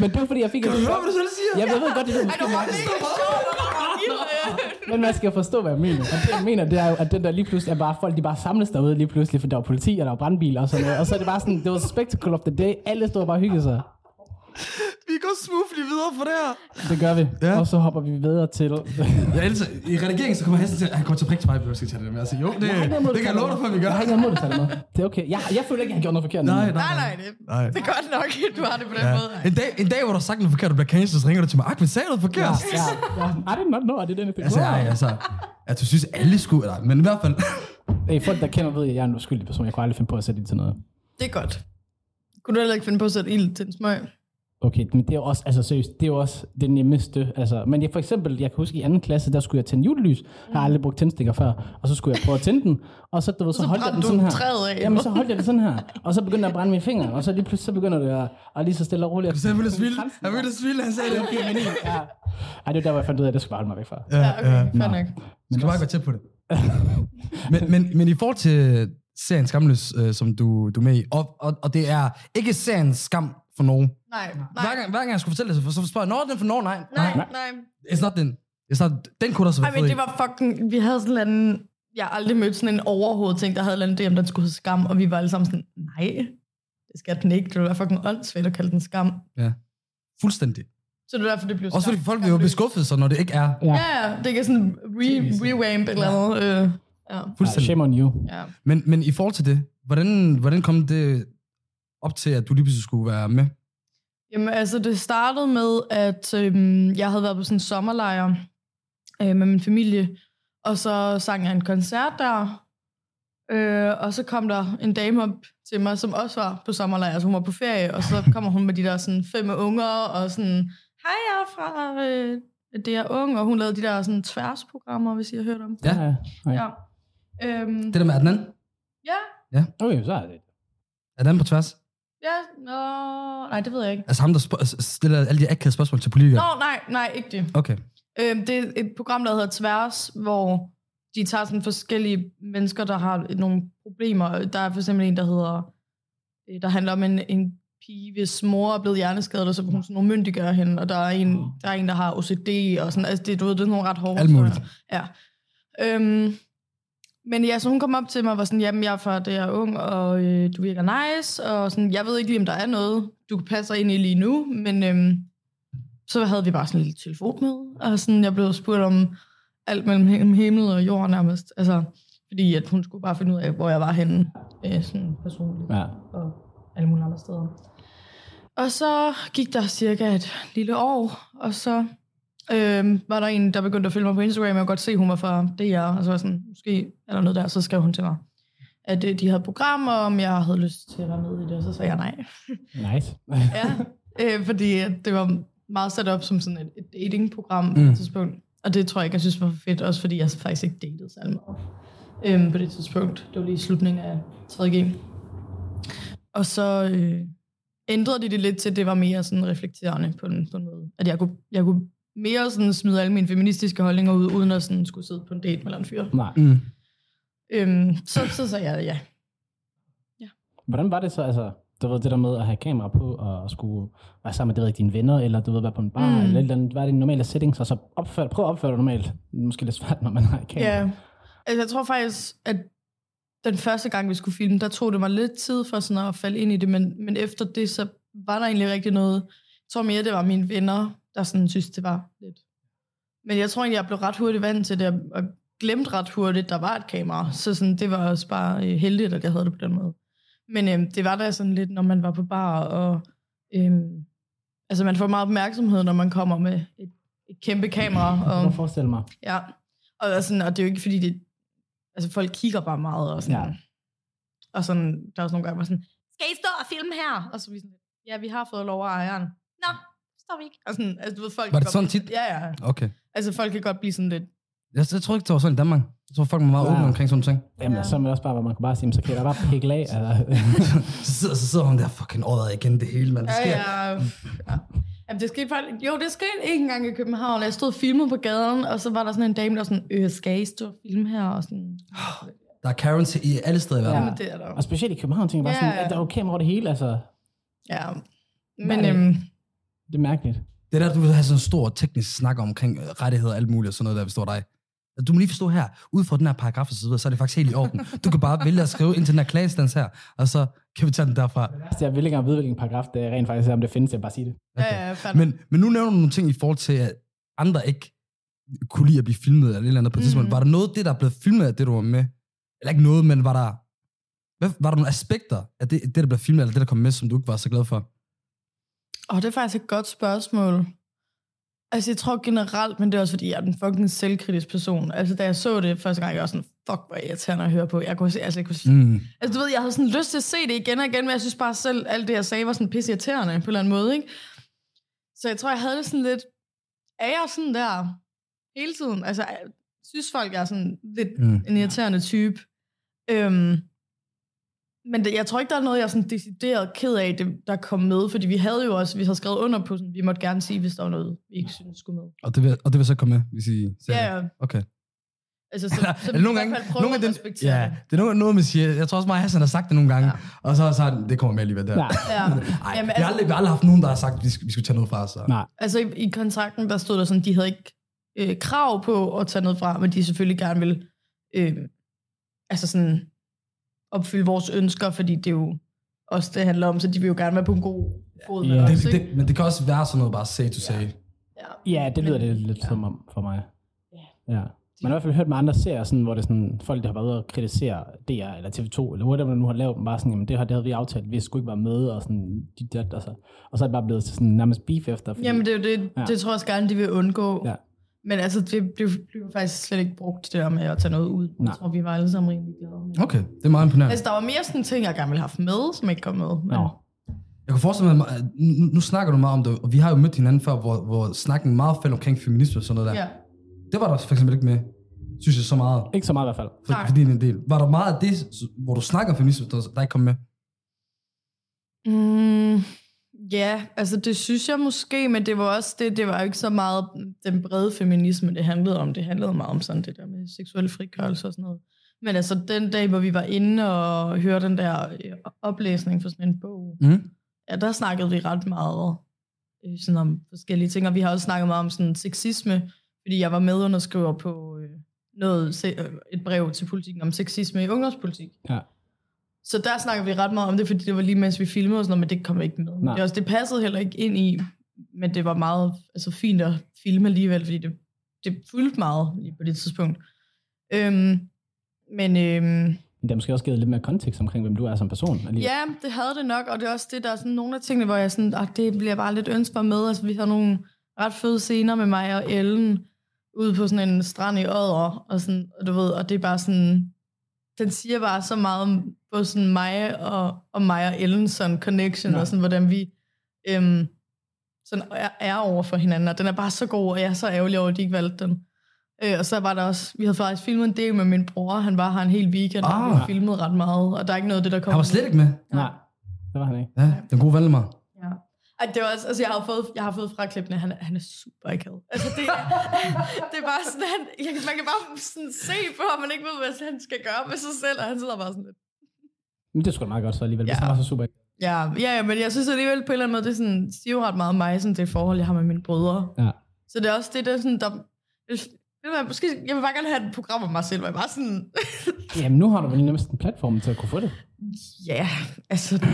[SPEAKER 2] men det var fordi, jeg fik...
[SPEAKER 1] Kan du høre, hvad du selv siger?
[SPEAKER 2] Ja, jeg ved godt, det er det,
[SPEAKER 3] Ej, det var bare mega sjovt, og der var ild, øh.
[SPEAKER 2] men man skal forstå, hvad jeg mener. Og det, jeg mener, det er jo, at den der lige pludselig er bare folk, de bare samles derude lige pludselig, for der var politi, og der var brandbiler og sådan noget. Og så er det bare sådan, det var spectacle of the day. Alle stod og bare hyggede sig.
[SPEAKER 1] Vi går smoothly videre for det her.
[SPEAKER 2] Det gør vi.
[SPEAKER 1] Ja.
[SPEAKER 2] Og så hopper vi videre til...
[SPEAKER 1] Jeg elsker, I redigeringen, så kommer Hassan til, han kommer til at prikke til mig, hvis vi skal tage det med. Altså, jo, det,
[SPEAKER 2] Jeg har ikke noget imod,
[SPEAKER 1] det kan
[SPEAKER 2] du
[SPEAKER 1] jeg
[SPEAKER 2] tager
[SPEAKER 1] love dig for, at vi gør.
[SPEAKER 2] Jeg har ikke noget imod, du tager det med. Det er okay. Jeg, jeg føler ikke, jeg har gjort noget forkert.
[SPEAKER 1] Nej,
[SPEAKER 3] Nej,
[SPEAKER 1] nej,
[SPEAKER 3] nej, det,
[SPEAKER 1] Nej.
[SPEAKER 3] det er godt nok, du har det på den
[SPEAKER 1] Ja.
[SPEAKER 3] ja. måde.
[SPEAKER 1] En, dag, en dag, hvor du har sagt noget forkert, og bliver cancelled, så ringer du til mig, Ahmed, sagde du noget
[SPEAKER 2] Ja,
[SPEAKER 1] forkert?
[SPEAKER 2] ja, ja. I didn't know, I did anything
[SPEAKER 1] Altså, ej,
[SPEAKER 2] wrong.
[SPEAKER 1] altså, at du synes, alle skulle, nej, men i hvert fald,
[SPEAKER 2] Hey, folk, der kender, ved, at jeg er en uskyldig person. Jeg kunne aldrig finde på at sætte det til noget.
[SPEAKER 3] Det er godt. Kunne du heller ikke finde på at sætte ild til en smøg?
[SPEAKER 2] Okay, men det er jo også, altså seriøst, det er jo også det nemmeste. Altså, men jeg for eksempel, jeg kan huske i anden klasse, der skulle jeg tænde julelys. Jeg har aldrig brugt tændstikker før. Og så skulle jeg prøve at tænde den. Og så, du ved, så,
[SPEAKER 3] Så
[SPEAKER 2] holdt jeg den
[SPEAKER 3] brændte du
[SPEAKER 2] sådan her.
[SPEAKER 3] træet af.
[SPEAKER 2] Jamen, så holdt jeg den sådan her. Og så begyndte jeg at brænde mine fingre. Og så lige pludselig, så begynder det at, at lige så stille og roligt.
[SPEAKER 1] Så han ville svile, han ville svile, han sagde det.
[SPEAKER 2] Okay, men ikke- ja. Ej, det var der, hvor jeg fandt ud af, at det skulle jeg holde mig væk fra.
[SPEAKER 3] Ja, okay, fair
[SPEAKER 2] Nå.
[SPEAKER 3] nok.
[SPEAKER 1] Du skal bare gå tæt på det. men, men, men i forhold til serien Skamløs, øh, som du, du er med i, og, og, og det er ikke serien Skam for nogen.
[SPEAKER 3] Nej,
[SPEAKER 1] Hver
[SPEAKER 3] nej,
[SPEAKER 1] gang, hver gang jeg skulle fortælle det, så, så spørger jeg, når den for nogen? Nej, nej.
[SPEAKER 3] nej, nej.
[SPEAKER 1] It's not den. It's not, den kunne der så
[SPEAKER 3] Ej,
[SPEAKER 1] være
[SPEAKER 3] men det var fucking... Vi havde sådan en anden... Jeg har aldrig mødt sådan en overhovedet ting, der havde en idé, om den skulle hedde skam, og vi var alle sammen sådan, nej, det skal den ikke. Det var fucking åndssvagt at kalde den skam.
[SPEAKER 1] Fuldstændig.
[SPEAKER 3] Så det er derfor, det blev
[SPEAKER 1] Også
[SPEAKER 3] skam.
[SPEAKER 1] fordi folk vil jo
[SPEAKER 3] Skamløs.
[SPEAKER 1] blive skuffet, så når det ikke er
[SPEAKER 2] Ja.
[SPEAKER 3] Ja, ja, det kan sådan re, rewamp et eller andet. Øh, ja.
[SPEAKER 2] Ej,
[SPEAKER 1] fuldstændig.
[SPEAKER 2] shame on you.
[SPEAKER 3] ja.
[SPEAKER 1] Men, men i forhold til det, hvordan, hvordan kom det op til, at du lige pludselig skulle være med?
[SPEAKER 3] Jamen, altså, det startede med, at øhm, jeg havde været på sådan en sommerlejr øh, med min familie, og så sang jeg en koncert der, øh, og så kom der en dame op til mig, som også var på sommerlejr, altså hun var på ferie, og så kommer hun med de der sådan fem unger, og sådan, hej, jeg er fra øh, det er unge, og hun lavede de der sådan tværsprogrammer, hvis I har hørt om det.
[SPEAKER 1] Ja.
[SPEAKER 2] Ja.
[SPEAKER 3] Ja. Øhm,
[SPEAKER 1] Det der med Adnan?
[SPEAKER 3] ja,
[SPEAKER 2] Okay, så er det.
[SPEAKER 1] Adnan på tværs?
[SPEAKER 3] ja, nå, nej, det ved jeg ikke.
[SPEAKER 1] Altså ham, der sp- stiller alle de akavede spørgsmål til politikere?
[SPEAKER 3] Nå, nej, nej, ikke det.
[SPEAKER 1] Okay.
[SPEAKER 3] Øhm, det er et program, der hedder Tværs, hvor de tager sådan forskellige mennesker, der har nogle problemer. Der er for eksempel en, der hedder, øh, der handler om en, en pige, hvis mor er blevet hjerneskadet, og så vil hun sådan nogle myndiggøre hende, og der er en, der, er en, der har OCD, og sådan, altså det, du ved, det er nogle ret hårde
[SPEAKER 1] Mm. Alt muligt.
[SPEAKER 3] historier. Ja. Øhm, men ja, så hun kom op til mig og var sådan, jamen jeg er fra det, jeg er ung, og øh, du virker nice, og sådan, jeg ved ikke lige, om der er noget, du passer ind i lige nu, men øhm, så havde vi bare sådan en lille telefonmøde, og sådan, jeg blev spurgt om alt mellem him- himmel og jord nærmest, altså, fordi at hun skulle bare finde ud af, hvor jeg var henne, øh, sådan personligt
[SPEAKER 2] Ja.
[SPEAKER 3] og alle mulige andre steder. Og så gik der cirka et lille år, og så øhm, var der en, der begyndte at følge mig på Instagram, og jeg kunne godt se, hun var fra DR, og så var jeg sådan, måske er der noget der, så skrev hun til mig, at øh, de havde et program, og om jeg havde lyst til at være med i det, og så sagde jeg nej.
[SPEAKER 2] Nice.
[SPEAKER 3] Ja, øh, fordi at det var meget sat op som sådan et, et datingprogram på
[SPEAKER 1] Mm.
[SPEAKER 3] mm. et tidspunkt. Og det tror jeg ikke, jeg synes var fedt, også fordi jeg faktisk ikke datede særlig meget øhm, på det tidspunkt. Det var lige i slutningen af 3G. Og så øh, ændrede de det lidt til, at det var mere sådan reflekterende på en, på en måde. At jeg kunne, jeg kunne mere sådan smide alle mine feministiske holdninger ud, uden at sådan skulle sidde på en date med en fyr.
[SPEAKER 2] Nej.
[SPEAKER 1] Mm.
[SPEAKER 3] Øhm, så, så sagde jeg ja.
[SPEAKER 2] Hvordan var det så, altså, du ved, det der med at have kamera på og skulle være sammen med, det ved ikke, dine venner, eller du ved, være på en bar,
[SPEAKER 3] Mm.
[SPEAKER 2] mm. eller, et eller andet, hvad er dine normale settings, og så opfør, prøv at opføre dig normalt. Måske lidt svært, når man har et kamera.
[SPEAKER 3] Ja. Altså, jeg tror faktisk, at den første gang, vi skulle filme, der tog det mig lidt tid for sådan at falde ind i det, men, men efter det, så var der egentlig rigtig noget. Jeg tror mere, det var mine venner, der sådan synes, det var lidt. Men jeg tror egentlig, jeg blev ret hurtigt vant til det, og glemte ret hurtigt, der var et kamera. Så sådan, det var også bare øh, heldigt, at jeg havde det på den måde. Men øhm, det var da sådan lidt, når man var på bar, og øhm, altså man får meget opmærksomhed, når man kommer med et, et kæmpe kamera.
[SPEAKER 2] Jeg
[SPEAKER 3] Og,
[SPEAKER 2] kan godt forestille mig.
[SPEAKER 3] Ja, og, og, sådan, og det er jo ikke fordi, det, altså folk kigger bare meget, og sådan,
[SPEAKER 2] Ja.
[SPEAKER 3] ja. og sådan, der er også nogle gange, hvor sådan, skal I stå og filme her? Og så er vi sådan, ja, vi har fået lov af ejeren. Nå, står vi ikke. Og sådan, altså, du ved, folk
[SPEAKER 1] Var det
[SPEAKER 3] kan godt
[SPEAKER 1] sådan
[SPEAKER 3] blive-
[SPEAKER 1] tit?
[SPEAKER 3] Ja, ja.
[SPEAKER 1] Okay.
[SPEAKER 3] Altså, folk kan godt blive sådan lidt,
[SPEAKER 1] Jeg, jeg tror ikke, det var sådan i Danmark. Jeg tror, folk var meget
[SPEAKER 2] Ja.
[SPEAKER 1] åbne omkring sådan nogle ting.
[SPEAKER 2] Jamen,
[SPEAKER 3] Ja.
[SPEAKER 2] så er det også bare, hvor man kunne bare sige, "Men så kan jeg da bare Altså, pikle af. Eller,
[SPEAKER 1] Så sidder, så sidder hun der fucking året igen, det hele, mand. Det
[SPEAKER 3] ja,
[SPEAKER 1] sker.
[SPEAKER 3] ja, ja. Jamen, det skete faktisk, jo, det skete ikke engang i København. Jeg stod og filmede på gaden, og så var der sådan en dame, der var sådan, øh, skal I stå og filme her? Og sådan,
[SPEAKER 1] Der er Karen til i alle steder i verden.
[SPEAKER 3] ja. det er der.
[SPEAKER 2] og specielt i København tænker jeg bare
[SPEAKER 3] Ja,
[SPEAKER 2] sådan,
[SPEAKER 3] ja.
[SPEAKER 2] at der er jo kamera over det hele, altså.
[SPEAKER 3] Ja.
[SPEAKER 2] Hvad
[SPEAKER 3] Men,
[SPEAKER 2] er det?
[SPEAKER 3] øhm,
[SPEAKER 2] Det er mærkeligt.
[SPEAKER 1] Det er der, du vil have sådan en stor teknisk snak omkring øh, rettigheder og alt muligt og sådan noget, der består dig. Du må lige forstå her, ud fra den her paragraf og så videre, så er det faktisk helt i orden. Du kan bare vælge at skrive ind til den her klagestans her, og så kan vi tage den derfra.
[SPEAKER 2] Altså, jeg vil ikke engang vide, hvilken paragraf det rent faktisk er, om det findes, jeg bare sige det.
[SPEAKER 3] ja, ja, fandme.
[SPEAKER 1] Men, men nu nævner du nogle ting i forhold til, at andre ikke kunne lide at blive filmet eller et eller andet på et tidspunkt.
[SPEAKER 3] Mhm.
[SPEAKER 1] Var der noget af det, der blev filmet af det, du var med? Eller ikke noget, men var der, hvad, var der nogle aspekter af det, det, der blev filmet, eller det, der kom med, som du ikke var så glad for?
[SPEAKER 3] Åh, det er faktisk et godt spørgsmål. Altså, jeg tror generelt, men det er også, fordi jeg er den fucking selvkritisk person. Altså, da jeg så det første gang, jeg var sådan, fuck, hvor irriterende at høre på. Jeg kunne, se- altså, jeg kunne, mm.
[SPEAKER 1] Mm.
[SPEAKER 3] altså, du ved, jeg havde sådan lyst til at se det igen og igen, men jeg synes bare selv, alt det, jeg sagde, var sådan pisse irriterende på en eller anden måde, ikke? Så jeg tror, jeg havde det sådan lidt, er jeg sådan der hele tiden? Altså, jeg synes folk er sådan lidt
[SPEAKER 1] Mm.
[SPEAKER 3] en irriterende type. Øhm, men det, jeg tror ikke, der er noget, jeg er sådan decideret ked af, det, der kom med, fordi vi havde jo også, vi havde skrevet under på, sådan, vi måtte gerne sige, hvis der var noget, vi ikke synes skulle med.
[SPEAKER 1] Og, det vil, og det vil så komme med, hvis I ser
[SPEAKER 3] Ja,
[SPEAKER 1] det.
[SPEAKER 3] ja.
[SPEAKER 1] Okay.
[SPEAKER 3] Altså, så, så
[SPEAKER 1] Eller nogle gange, nogle gange
[SPEAKER 3] den,
[SPEAKER 1] den, ja, det er noget, noget, man siger. Jeg tror også meget, Hassan har sagt det nogle gange. Ja.
[SPEAKER 3] Ja.
[SPEAKER 1] Og så har sagt, det kommer med alligevel der.
[SPEAKER 2] Nej,
[SPEAKER 3] ja.
[SPEAKER 1] Ej,
[SPEAKER 3] Jamen,
[SPEAKER 1] Jamen, altså, jeg,
[SPEAKER 3] altså-
[SPEAKER 1] har aldrig, jeg har aldrig haft nogen, der har sagt, at vi skulle, vi skulle tage noget fra os. så.
[SPEAKER 2] nej.
[SPEAKER 3] Altså i, i kontrakten, der stod der sådan, de havde ikke øh, krav på at tage noget fra, men de selvfølgelig gerne ville øh, altså sådan opfylde vores ønsker, fordi det er jo også det handler om, så de vil jo gerne være på en god fod med
[SPEAKER 2] Ja.
[SPEAKER 3] os,
[SPEAKER 1] Det,
[SPEAKER 3] ikke?
[SPEAKER 1] det, men det kan også være sådan noget bare say to say.
[SPEAKER 3] Ja.
[SPEAKER 2] Ja, det lyder
[SPEAKER 3] Men-
[SPEAKER 2] det lidt som om for mig.
[SPEAKER 3] Ja.
[SPEAKER 2] Ja. Man har i hvert fald hørt med andre serier, sådan, hvor det er sådan, folk, der har været ude og kritisere DR eller TV2, eller whatever, der nu har lavet dem, bare sådan, jamen det her, det havde vi aftalt, vi skulle ikke være med, og sådan, de dat, og så, og så er det bare blevet til sådan nærmest beef efter. Fordi,
[SPEAKER 3] Jamen det, er jo det,
[SPEAKER 2] Ja.
[SPEAKER 3] ja. det tror jeg også gerne, de vil undgå.
[SPEAKER 2] Ja.
[SPEAKER 3] Men altså, det, det blev faktisk slet ikke brugt, det der med at tage noget ud.
[SPEAKER 2] Nej.
[SPEAKER 3] Jeg tror, vi var alle sammen rimelig glade med. det.
[SPEAKER 1] Okay, det er meget imponerende.
[SPEAKER 3] Altså, der var mere sådan ting, jeg gerne ville have haft med, som ikke kom med. Men,
[SPEAKER 2] Nå,
[SPEAKER 1] Jeg kunne forestille mig, at nu, nu snakker du meget om det, og vi har jo mødt hinanden før, hvor, hvor snakken meget faldt omkring feminisme og sådan noget der.
[SPEAKER 3] ja.
[SPEAKER 1] Det var der for eksempel ikke med, synes jeg, så meget.
[SPEAKER 2] ikke så meget i hvert fald.
[SPEAKER 1] For,
[SPEAKER 3] Nej.
[SPEAKER 1] for din del. Var der meget af det, s- hvor du snakker om feminisme, der, der ikke kom med?
[SPEAKER 3] Mm, ja, altså det synes jeg måske, men det var også det, det var jo ikke så meget den brede feminisme, det handlede om. Det handlede meget om sådan det der med seksuel frigørelse og sådan noget. Men altså den dag, hvor vi var inde og hørte den der øh, oplæsning for sådan en bog,
[SPEAKER 1] Mm.
[SPEAKER 3] ja, der snakkede vi ret meget øh, sådan om forskellige ting, og vi har også snakket meget om sådan sexisme, fordi jeg var medunderskriver på øh, noget, se- øh, et brev til politikken om sexisme i ungdomspolitik.
[SPEAKER 2] Ja.
[SPEAKER 3] Så der snakker vi ret meget om det, fordi det var lige mens vi filmede og sådan noget, men det kom ikke med.
[SPEAKER 2] Nej.
[SPEAKER 3] Det, er også, det passede heller ikke ind i, men det var meget altså, fint at filme alligevel, fordi det, det fyldte meget lige på det tidspunkt. Øhm, men øhm,
[SPEAKER 2] Men det har måske også givet lidt mere kontekst omkring, hvem du er som person. alligevel.
[SPEAKER 3] Ja, det havde det nok, og det er også det, der er sådan nogle af tingene, hvor jeg sådan, og det bliver jeg bare lidt ønsket med. Altså, vi har nogle ret fede scener med mig og Ellen ude på sådan en strand i Odder, og, sådan, og du ved, og det er bare sådan, den siger bare så meget om både sådan mig og, og mig og Ellen sådan connection,
[SPEAKER 2] Ja.
[SPEAKER 3] ja. og sådan, hvordan vi øhm, sådan er, er over for hinanden, og den er bare så god, og jeg er så ærgerlig over, at de ikke valgte den. Øh, og så var der også, vi havde faktisk filmet en del med min bror, han var her en hel weekend, og
[SPEAKER 1] Ah.
[SPEAKER 3] vi filmede ret meget, og der er ikke noget af det, der kommer.
[SPEAKER 1] Han var slet ikke med.
[SPEAKER 2] Nej, det var han ikke.
[SPEAKER 1] Ja, den gode Valdemar.
[SPEAKER 3] Ja. Ej, det var også, altså, jeg har jo fået, jeg har fået fraklippene, han, han er super akavet. Altså, det, er, det er bare sådan, han, jeg, kan- man kan bare sådan se på ham, man ikke ved, hvad han skal gøre med sig selv, og han sidder bare sådan lidt.
[SPEAKER 2] Men det skulle da meget godt så alligevel, hvis
[SPEAKER 3] Ja.
[SPEAKER 2] han var så super.
[SPEAKER 3] Ja, ja, ja, men jeg synes alligevel på en eller anden måde, det er sådan, det siger jo ret meget om mig, sådan det forhold, jeg har med mine brødre.
[SPEAKER 2] Ja.
[SPEAKER 3] Så det er også det, der er sådan, der, det var, måske, jeg vil bare gerne have et program om mig selv, hvor jeg bare sådan,
[SPEAKER 2] Jamen nu har du vel næsten platformen til at kunne få det.
[SPEAKER 3] ja, altså,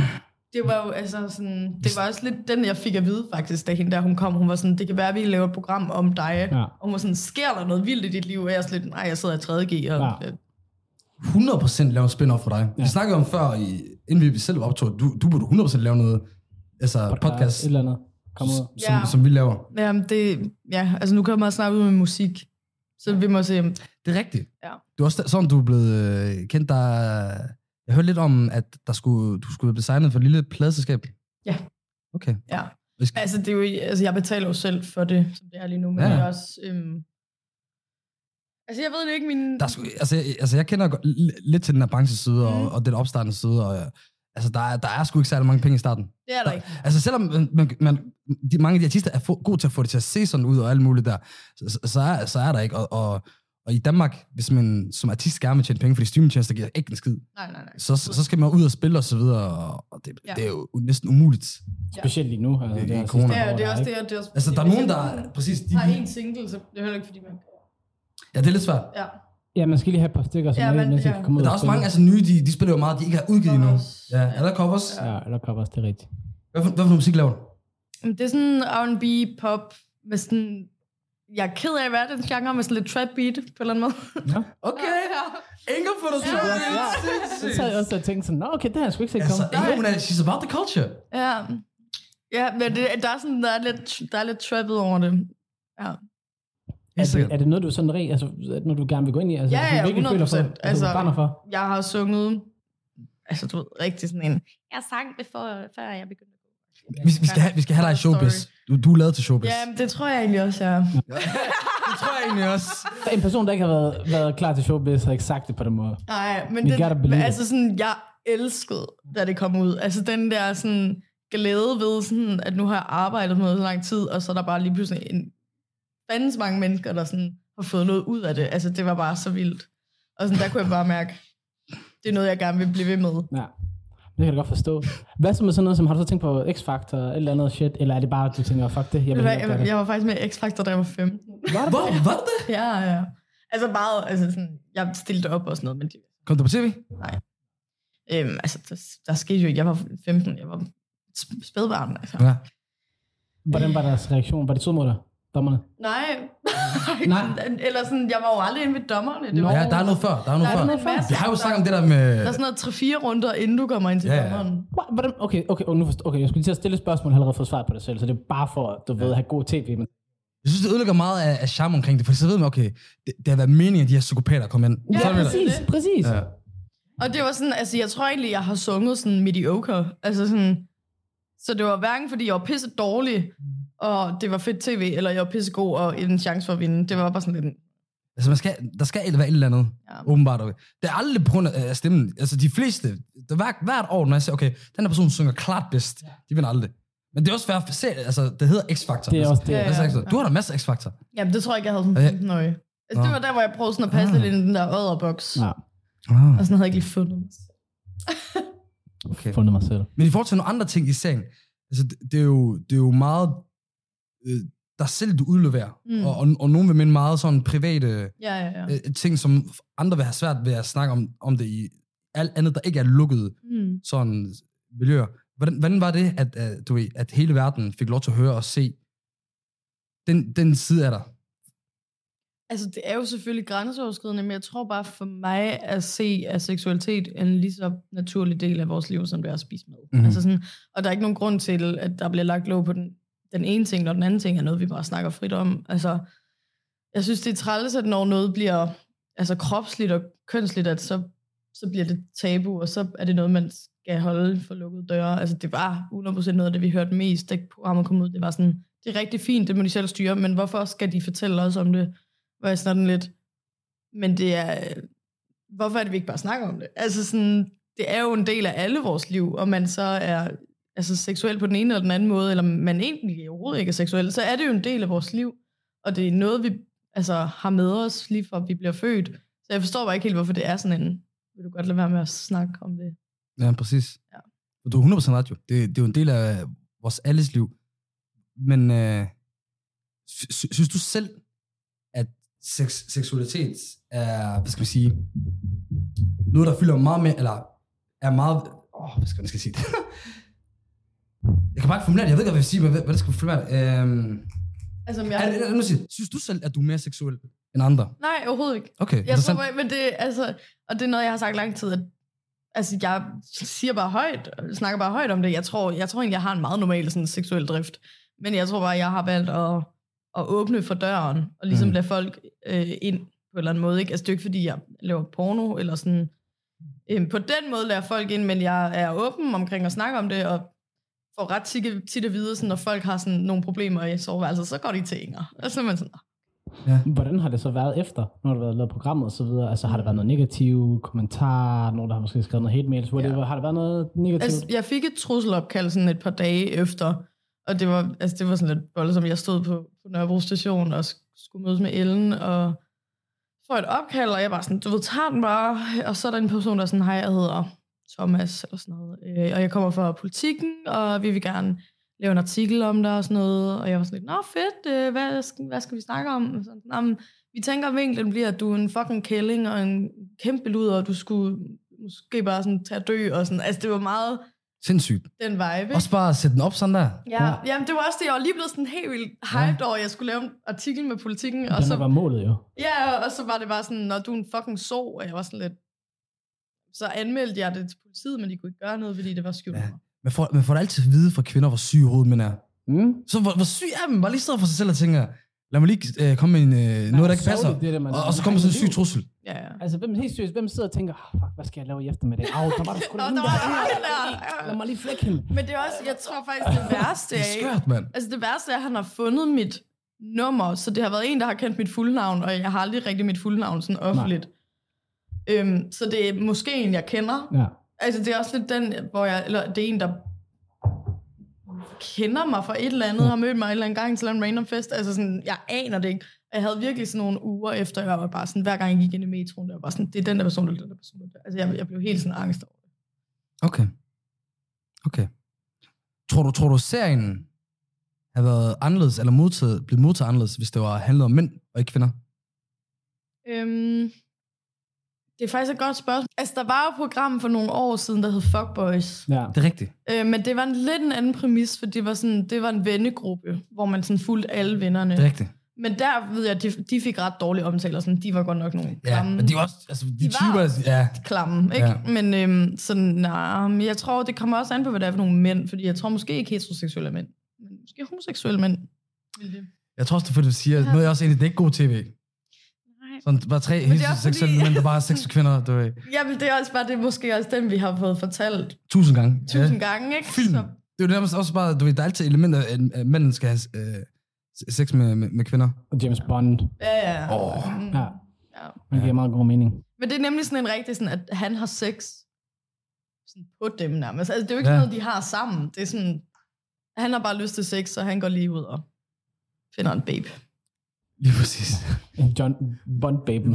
[SPEAKER 3] det var jo altså sådan, det var også lidt den, jeg fik at vide faktisk, da hende der, hun kom, hun var sådan, det kan være, at vi laver et program om dig,
[SPEAKER 2] Ja.
[SPEAKER 3] Og hun var sådan, sker der noget vildt i dit liv? Og jeg er sådan lidt, nej, jeg sidder i 3.G. Og, øh,
[SPEAKER 2] Ja.
[SPEAKER 3] ja.
[SPEAKER 1] 100% lave en spin-off for dig. Ja.
[SPEAKER 2] Ja.
[SPEAKER 1] Vi snakkede om før, i- inden vi selv optog, at du, du burde 100% lave noget altså podcast,
[SPEAKER 2] Et eller andet. Kom ud.
[SPEAKER 1] som,
[SPEAKER 3] Ja.
[SPEAKER 1] som vi laver.
[SPEAKER 3] Jamen, det, ja, altså nu kommer jeg snart ud med musik. Så vi må se.
[SPEAKER 1] Det er rigtigt.
[SPEAKER 3] Ja.
[SPEAKER 1] Det er også der- sådan, du er blevet øh, kendt. Der, jeg hørte lidt om, at der skulle, du skulle være designet for et lille pladeselskab.
[SPEAKER 3] Ja.
[SPEAKER 1] Okay.
[SPEAKER 3] Ja.
[SPEAKER 1] Vi skal-
[SPEAKER 3] Altså, det er jo, altså, jeg betaler jo selv for det, som det er lige nu. Men
[SPEAKER 1] Ja.
[SPEAKER 3] ja. det er også... Øhm, altså, jeg ved det ikke, min...
[SPEAKER 1] Der er sgu, altså, jeg- altså, jeg kender godt- li- lidt til den her branches side, mm. og,
[SPEAKER 3] Mhm.
[SPEAKER 1] og den opstartende side, og øh, altså, der er, der er sgu ikke særlig mange penge i starten.
[SPEAKER 3] Det er der ikke.
[SPEAKER 1] Altså, selvom man, man- man, de, mange af de artister er få, gode til at få det til at se sådan ud, og alt muligt der, så, så- så, er, så er der ikke. Og, og, og i Danmark, hvis man som artist gerne vil tjene penge, fordi streamingtjenester giver ikke en skid,
[SPEAKER 3] Nej, nej, nej.
[SPEAKER 1] så, så skal man ud og spille og så videre, og- og det, ja.
[SPEAKER 3] Ja.
[SPEAKER 1] det er jo næsten umuligt.
[SPEAKER 2] Specielt lige nu. Altså,
[SPEAKER 1] I- i
[SPEAKER 2] her
[SPEAKER 1] corona.
[SPEAKER 3] Det
[SPEAKER 2] sidste
[SPEAKER 3] er,
[SPEAKER 2] år,
[SPEAKER 3] jo- det er
[SPEAKER 2] der
[SPEAKER 3] også det, og det er også...
[SPEAKER 1] Altså, der er
[SPEAKER 3] hvis
[SPEAKER 1] nogen,
[SPEAKER 3] jeg
[SPEAKER 1] der
[SPEAKER 3] kun
[SPEAKER 1] er præcis de...
[SPEAKER 3] har en single, så det er heller ikke, fordi man...
[SPEAKER 1] Ja, det er lidt svært.
[SPEAKER 3] Ja.
[SPEAKER 2] Ja, man skal lige have et par stykker, som
[SPEAKER 3] Ja,
[SPEAKER 2] ja,
[SPEAKER 3] men-
[SPEAKER 2] næsten
[SPEAKER 3] ja.
[SPEAKER 2] kan komme
[SPEAKER 1] Men
[SPEAKER 2] ud
[SPEAKER 1] der er
[SPEAKER 2] og
[SPEAKER 1] også
[SPEAKER 2] spille.
[SPEAKER 1] mange, altså nye, de, de spiller jo meget, de ikke har udgivet endnu.
[SPEAKER 3] Covers.
[SPEAKER 1] Ja, er der covers? Ja.
[SPEAKER 2] Ja, eller covers, det er rigtigt.
[SPEAKER 1] Hvad, for, hvad for noget musik laver du?
[SPEAKER 3] Jamen, Det er sådan R&B, pop, med sådan... Jeg er ked af at være den genre med sådan lidt trap beat, på en eller anden måde.
[SPEAKER 2] Ja.
[SPEAKER 1] Okay, Inger får dig sådan
[SPEAKER 3] Ja,
[SPEAKER 2] ja. Så sad jeg
[SPEAKER 1] noget.
[SPEAKER 2] også og tænkte sådan, nå okay, det har jeg sgu ikke set
[SPEAKER 1] Altså,
[SPEAKER 2] komme.
[SPEAKER 1] Inger, hun er, she's about the culture.
[SPEAKER 3] Ja, ja men det, der, er sådan, der, er lidt, der er lidt trappet over det. Ja.
[SPEAKER 2] Er
[SPEAKER 1] sikkert.
[SPEAKER 2] det, er det noget, du sådan re, altså, når du gerne vil gå ind i? Altså,
[SPEAKER 3] Ja,
[SPEAKER 2] som
[SPEAKER 3] ja,
[SPEAKER 2] du virkelig føler for, altså,
[SPEAKER 3] 100%,
[SPEAKER 2] altså,
[SPEAKER 3] altså-
[SPEAKER 2] du brænder for?
[SPEAKER 3] Jeg har sunget, altså du ved, rigtig sådan en, jeg sang det før, før jeg begyndte.
[SPEAKER 1] Vi, vi, skal, have, vi skal have dig i showbiz. Du, du er lavet til showbiz.
[SPEAKER 3] Ja, men det tror jeg egentlig også, jeg er.
[SPEAKER 1] det tror jeg egentlig også.
[SPEAKER 2] En person, der ikke har været, været klar til showbiz, har ikke sagt det på den måde.
[SPEAKER 3] Nej, men
[SPEAKER 2] We gotta
[SPEAKER 3] det,
[SPEAKER 2] believe it.
[SPEAKER 3] altså sådan, jeg elskede, da det kom ud. Altså den der sådan glæde ved, sådan, at nu har jeg arbejdet med det så lang tid, og så er der bare lige pludselig en fandens mange mennesker, der sådan har fået noget ud af det. Altså det var bare så vildt. Og sådan, der kunne jeg bare mærke, det er noget, jeg gerne vil blive ved med.
[SPEAKER 2] Ja. Det kan jeg da godt forstå. Hvad så med sådan noget som, har du så tænkt på X-Factor eller et eller andet shit? Eller er det bare, at du tænker, fuck det, jeg vil
[SPEAKER 3] Jeg,
[SPEAKER 2] ikke gøre
[SPEAKER 3] jeg,
[SPEAKER 2] det?
[SPEAKER 3] jeg var faktisk med i X-Factor, da jeg var 15.
[SPEAKER 2] Var det
[SPEAKER 1] Hvor? Hvad det?
[SPEAKER 3] Ja, ja. Altså meget, altså sådan, jeg stillede op og sådan noget, men det,
[SPEAKER 1] Kom du på tv?
[SPEAKER 3] øhm, altså, der, der skete jo, jeg var 15, jeg var sp- spædbarn, altså.
[SPEAKER 1] Ja.
[SPEAKER 2] Hvordan var deres reaktion? Var det sød mod dig? Dommerne?
[SPEAKER 3] Nej.
[SPEAKER 2] Nej.
[SPEAKER 3] Nej. Eller sådan, jeg var jo aldrig inde ved dommerne. Det
[SPEAKER 2] Nå.
[SPEAKER 3] var,
[SPEAKER 1] ja, der er noget før. Der er
[SPEAKER 3] der
[SPEAKER 1] noget
[SPEAKER 3] er
[SPEAKER 1] før.
[SPEAKER 3] noget fast.
[SPEAKER 1] Vi har jo snakket om det der med...
[SPEAKER 3] Der er sådan noget 3-4 runder, inden du kommer ind til
[SPEAKER 1] Ja,
[SPEAKER 3] ja,
[SPEAKER 1] ja.
[SPEAKER 3] dommeren.
[SPEAKER 2] Hva- Hvordan? Okay, okay, oh, nu forstår, okay, jeg skulle lige til at stille et spørgsmål, og har allerede fået svar på det selv, så det er bare for, at du ved, at have god tv. Men
[SPEAKER 1] Jeg synes, det ødelægger meget af, af charme omkring det, for så ved man, okay, det, det har været meningen, at de her psykopater kom ind.
[SPEAKER 3] Ja,
[SPEAKER 1] Sådan er det.
[SPEAKER 2] præcis,
[SPEAKER 3] det.
[SPEAKER 2] præcis.
[SPEAKER 1] Ja.
[SPEAKER 2] Ja.
[SPEAKER 3] Og det var sådan, altså jeg tror egentlig, jeg har sunget sådan mediocre. Altså sådan, så det var hverken fordi, jeg var pisse dårlig, og det var fedt tv, eller jeg var pisse god og en chance for at vinde. Det var bare sådan lidt...
[SPEAKER 1] Altså, man skal, der skal være et eller andet,
[SPEAKER 3] Ja.
[SPEAKER 1] åbenbart. Okay. Det er aldrig på grund af af stemmen. Altså, de fleste, der, hver, hvert år, når jeg siger, okay, den her person synger klart bedst, de vinder aldrig. Men det er også svært, se, altså, det hedder X-Factor.
[SPEAKER 2] Det er også det.
[SPEAKER 3] Ja, ja.
[SPEAKER 1] Altså, X-Factor. Du har da masser af X-Factor.
[SPEAKER 3] Jamen, det tror jeg ikke, jeg havde som
[SPEAKER 1] Ja.
[SPEAKER 3] 15 årig Altså,
[SPEAKER 1] Nå.
[SPEAKER 3] det var der, hvor jeg prøvede sådan at passe
[SPEAKER 1] Ah.
[SPEAKER 3] lidt ind i den der odderboks.
[SPEAKER 2] Ja,
[SPEAKER 1] Ah,
[SPEAKER 3] Og sådan havde jeg ikke lige fundet. mig selv.
[SPEAKER 1] okay.
[SPEAKER 2] fundet mig selv.
[SPEAKER 1] Men i forhold til nogle andre ting i sagen, altså, det, det, er, jo, det er jo meget øh, dig selv, du udleverer. Mm.
[SPEAKER 3] Mm.
[SPEAKER 1] Og, og, og nogen vil minde meget sådan private
[SPEAKER 3] Ja, ja, ja.
[SPEAKER 1] øh, ting, som andre vil have svært ved at snakke om, om det i alt andet, der ikke er lukket
[SPEAKER 3] Mm.
[SPEAKER 1] sådan øh, miljøer. Hvordan, hvordan var det, at, øh, du ved, at hele verden fik lov til at høre og se den, den side af dig?
[SPEAKER 3] Altså, det er jo selvfølgelig grænseoverskridende, men jeg tror bare for mig at se, at seksualitet er en lige så naturlig del af vores liv, som det er at spise mad.
[SPEAKER 1] Mhm.
[SPEAKER 3] Mm-hmm. Altså sådan, og der er ikke nogen grund til, at der bliver lagt låg på den, den ene ting, når den anden ting er noget, vi bare snakker frit om. Altså, jeg synes, det er træls, at når noget bliver altså, kropsligt og kønsligt, at så, så bliver det tabu, og så er det noget, man skal holde for lukkede døre. Altså, det var 100% noget af det, vi hørte mest, da programmet kom ud. Det var sådan, det er rigtig fint, det må de selv styre, men hvorfor skal de fortælle os om det? Hvor jeg sådan lidt, men det er, hvorfor er det, vi ikke bare snakker om det? Altså sådan, det er jo en del af alle vores liv, og man så er altså, seksuel på den ene eller den anden måde, eller man egentlig overhovedet ikke er seksuel, så er det jo en del af vores liv, og det er noget, vi altså, har med os lige fra vi bliver født. Så jeg forstår bare ikke helt, hvorfor det er sådan en, vil du godt lade være med at snakke om det?
[SPEAKER 1] Ja, præcis.
[SPEAKER 3] Ja.
[SPEAKER 1] Og du er 100% ret jo. Det, det er jo en del af vores alles liv. Men øh, sy- sy- synes du selv, at seks- seksualitet er, hvad skal man sige, noget, der fylder meget mere, eller er meget... Åh, hvad skal man skal sige det? jeg kan bare ikke formulere det. Jeg ved ikke, hvad jeg vil sige, men hvad, hvad det skal formulere det. Øhm,
[SPEAKER 3] Altså, om
[SPEAKER 1] ja.
[SPEAKER 3] jeg...
[SPEAKER 1] er, er, er, nu siger, synes du selv, at du er mere seksuel end andre?
[SPEAKER 3] Nej, overhovedet ikke.
[SPEAKER 1] Okay,
[SPEAKER 3] Jeg tror
[SPEAKER 1] interessant.
[SPEAKER 3] bare, men det, altså, og det er noget, jeg har sagt lang tid, at altså, jeg siger bare højt, snakker bare højt om det. Jeg tror, jeg tror egentlig, jeg har en meget normal sådan, seksuel drift, men jeg tror bare, jeg har valgt at, at åbne for døren, og ligesom
[SPEAKER 1] Mm.
[SPEAKER 3] mm. lade folk øh, ind på en eller anden måde. Ikke? Altså, det er jo ikke, fordi jeg laver porno, eller sådan, øh, på den måde lader folk ind, men jeg er åben omkring at snakke om det, og får ret tit, tit at vide, sådan, når folk har sådan nogle problemer i soveværelset, så går de til Inger. Og så er man sådan, "Nå,
[SPEAKER 2] Hvordan har det så været efter, når du har været lavet programmet og så videre? Altså har der været noget negativt kommentarer, nogen der har måske skrevet noget hate mails, whatever. Har der været noget
[SPEAKER 3] Altså,
[SPEAKER 2] negativt?
[SPEAKER 3] jeg fik et trusselopkald sådan et par dage efter, og det var, altså, det var sådan lidt voldsomt. Jeg stod på, på Nørrebro station og sk- skulle mødes med Ellen, og får et opkald, og jeg bare sådan, du ved, tager den bare, og så er der en person, der er sådan, hej, jeg hedder Thomas, eller sådan noget, øh, og jeg kommer fra politikken, og vi vil gerne lave en artikel om dig, og sådan noget, og jeg var sådan lidt, nå fedt, øh, hvad, skal, hvad skal vi snakke om? Og Sådan, "Nå, men vi tænker, at vinklen bliver, at du er en fucking kælling, og en kæmpe luder, og du skulle måske bare sådan tage at dø, og sådan, altså det var meget,
[SPEAKER 1] Sindssygt.
[SPEAKER 3] den vibe. Ikke?
[SPEAKER 1] Også bare at sætte den op sådan der.
[SPEAKER 3] Ja, jamen, det var også det, jeg var lige blevet sådan helt vildt hyped over, at jeg skulle lave en artikel med politikken, og
[SPEAKER 2] Den
[SPEAKER 3] så,
[SPEAKER 2] der var målet jo.
[SPEAKER 3] ja, og så var det bare sådan, når du er en fucking så, og jeg var sådan lidt, så anmeldte jeg det til politiet, men de kunne ikke gøre noget, fordi det var skjult.
[SPEAKER 1] Ja.
[SPEAKER 3] Ja.
[SPEAKER 1] Man får, man får det altid at vide fra kvinder, hvor syge hovedet man er.
[SPEAKER 2] Mm?
[SPEAKER 1] Så hvor, hvor syg er man? Bare lige sidder for sig selv og tænker, Lad mig lige øh, komme med en, øh, noget, der ikke passer.
[SPEAKER 2] sørgeligt, det der, man-
[SPEAKER 1] og, og så kommer sådan en syg trussel.
[SPEAKER 3] Ja, ja.
[SPEAKER 2] Altså, hvem, helt seriøst, hvem sidder og tænker, oh, fuck, hvad skal jeg lave i eftermiddag? Au, der var der sgu da
[SPEAKER 3] Nå,
[SPEAKER 2] hende
[SPEAKER 3] der var der hende der.
[SPEAKER 2] Ej, Lad mig lige flække hende.
[SPEAKER 3] Men det er også, jeg tror faktisk, det værste
[SPEAKER 1] Det er
[SPEAKER 3] af,
[SPEAKER 1] skørt, mand.
[SPEAKER 3] altså det værste er, at han har fundet mit nummer, så det har været en, der har kendt mit fulde navn, og jeg har aldrig rigtig mit fulde navn sådan offentligt. Øhm, så det er måske en, jeg kender.
[SPEAKER 2] Ja.
[SPEAKER 3] Altså det er også lidt den, hvor jeg, eller det er en, der kender mig fra et eller andet, har mødt mig en eller anden gang til en random fest. Altså sådan, jeg aner det ikke. Og Jeg havde virkelig sådan nogle uger efter, jeg var bare sådan, hver gang jeg gik ind i metroen, der var sådan, det er den der person, det er den der person. det er den der. Altså jeg, jeg blev helt sådan angst over det.
[SPEAKER 1] Okay. Okay. Tror du, tror du serien havde været anderledes, eller modtaget, blevet modtaget anderledes, hvis det var handlet om mænd og ikke kvinder?
[SPEAKER 3] Øhm, det er faktisk et godt spørgsmål. Altså, der var jo et program for nogle år siden, der hed Fuckboys.
[SPEAKER 2] ja.
[SPEAKER 1] Det er rigtigt.
[SPEAKER 3] Øh, men det var en lidt en anden præmis, for det var, sådan, det var en vennegruppe, hvor man sådan fulgte alle vennerne.
[SPEAKER 1] Det er rigtigt.
[SPEAKER 3] Men der ved jeg, de, de fik ret dårlige omtaler. Sådan, de var godt nok nogle
[SPEAKER 1] Ja,
[SPEAKER 3] klamme.
[SPEAKER 1] men de var også, altså, de,
[SPEAKER 3] De
[SPEAKER 1] de
[SPEAKER 3] var
[SPEAKER 1] typer,
[SPEAKER 3] også-
[SPEAKER 1] ja,
[SPEAKER 3] klamme, ikke?
[SPEAKER 1] Ja.
[SPEAKER 3] Ja. Men øhm, sådan, nej, men jeg tror, det kommer også an på, hvad det er for nogle mænd, fordi jeg tror måske ikke heteroseksuelle mænd, men måske homoseksuelle mænd. Vil det.
[SPEAKER 1] Jeg tror også, det er fordi, du siger,
[SPEAKER 3] Ja.
[SPEAKER 1] ja. noget er også egentlig, det er ikke god tv.
[SPEAKER 3] Nej.
[SPEAKER 1] Sådan bare tre
[SPEAKER 3] det er også
[SPEAKER 1] heteroseksuelle
[SPEAKER 3] fordi-
[SPEAKER 1] mænd, der bare er seks kvinder, du ved.
[SPEAKER 3] Jamen, det er også bare, det er måske også den, vi har fået fortalt
[SPEAKER 1] Tusind gange.
[SPEAKER 3] tusind ja. gange, ikke?
[SPEAKER 1] Film. Det er jo nærmest også bare, du ved, der er altid elementer, af, at mænden skal have øh, sex med, med, med kvinder.
[SPEAKER 2] Og James Bond.
[SPEAKER 3] Ja, ja.
[SPEAKER 1] Åh.
[SPEAKER 3] Mm.
[SPEAKER 2] Ja.
[SPEAKER 3] ja.
[SPEAKER 2] Det giver meget god mening.
[SPEAKER 3] Men det er nemlig sådan en rigtig sådan, at han har sex sådan på dem nærmest. Altså, det er jo ikke ja.
[SPEAKER 1] Ja.
[SPEAKER 3] noget, de har sammen. Det er sådan, han har bare lyst til sex, så han går lige ud og finder en babe.
[SPEAKER 1] Lige præcis.
[SPEAKER 2] John Bond baby.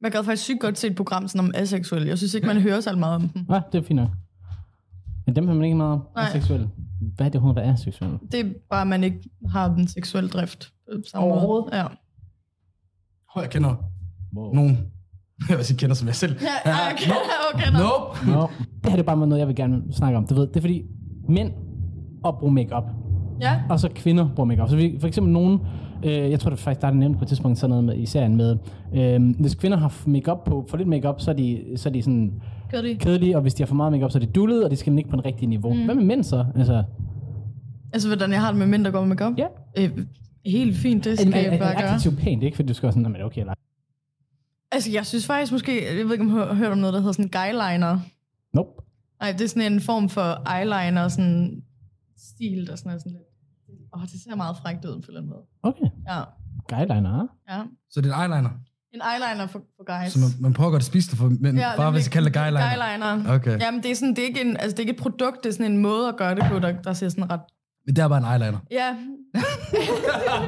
[SPEAKER 3] Man gad faktisk sygt godt se et program sådan om aseksuelle. Jeg synes ikke, man hører så meget om dem.
[SPEAKER 2] Ja, det er fint nok. Men dem har man ikke meget om.
[SPEAKER 3] Nej.
[SPEAKER 2] Aseksuelle. Hvad er det overhovedet, hvad er seksuelle?
[SPEAKER 3] Det er bare, at man ikke har den seksuelle drift. øh, på samme
[SPEAKER 2] Overhovedet?
[SPEAKER 3] måde. Ja.
[SPEAKER 1] Hov, Jeg kender
[SPEAKER 2] Wow.
[SPEAKER 1] nogen. Jeg vil sige, kender som jeg selv. Ah,
[SPEAKER 3] Ja, ja, okay, okay, no.
[SPEAKER 1] Nope.
[SPEAKER 2] Nå, det her det er bare noget, jeg vil gerne snakke om. Du ved, det er fordi, mænd og bruge makeup.
[SPEAKER 3] Ja,
[SPEAKER 2] og så kvinder bruger makeup. Så vi, for eksempel nogen, øh, jeg tror det var faktisk, der er det nævnt på et tidspunkt sådan noget med, i serien med, øh, hvis kvinder har makeup på, for lidt makeup, så er de, så er de sådan
[SPEAKER 3] gør det.
[SPEAKER 2] kedelige, og hvis de har for meget makeup, så er de dullede, og de skal ikke på en rigtig niveau. Mm. Hvad med mænd så? Altså,
[SPEAKER 3] Altså, hvordan jeg har det med mænd, der går med makeup?
[SPEAKER 2] ja,
[SPEAKER 3] Øh, helt fint, det skal
[SPEAKER 2] en,
[SPEAKER 3] jeg
[SPEAKER 2] en,
[SPEAKER 3] bare gøre.
[SPEAKER 2] aktiv pænt, ikke? Fordi du skal være sådan, "Nå, men okay, eller
[SPEAKER 3] Altså, jeg synes faktisk måske, jeg ved ikke, om du har hørt om noget, der hedder sådan guyliner.
[SPEAKER 2] nope.
[SPEAKER 3] Nej, det er sådan en form for eyeliner, sådan stil, der sådan er sådan lidt... Åh, det ser meget frækt ud på den måde.
[SPEAKER 2] Okay,
[SPEAKER 3] Ja,
[SPEAKER 2] guideliner, ah.
[SPEAKER 3] ja.
[SPEAKER 1] Så det er en eyeliner,
[SPEAKER 3] En eyeliner for, for guys.
[SPEAKER 1] så man, man prøver godt at spise det for mænd,
[SPEAKER 3] Ja,
[SPEAKER 1] bare
[SPEAKER 3] nemlig.
[SPEAKER 1] hvis jeg kalder det guyliner.
[SPEAKER 3] Guyliner.
[SPEAKER 1] Okay.
[SPEAKER 3] Jamen, det er, sådan, det, er ikke en, altså, det er ikke et produkt, det er sådan en måde at gøre det på, der, der ser sådan ret...
[SPEAKER 1] Men det er bare en eyeliner.
[SPEAKER 3] Ja,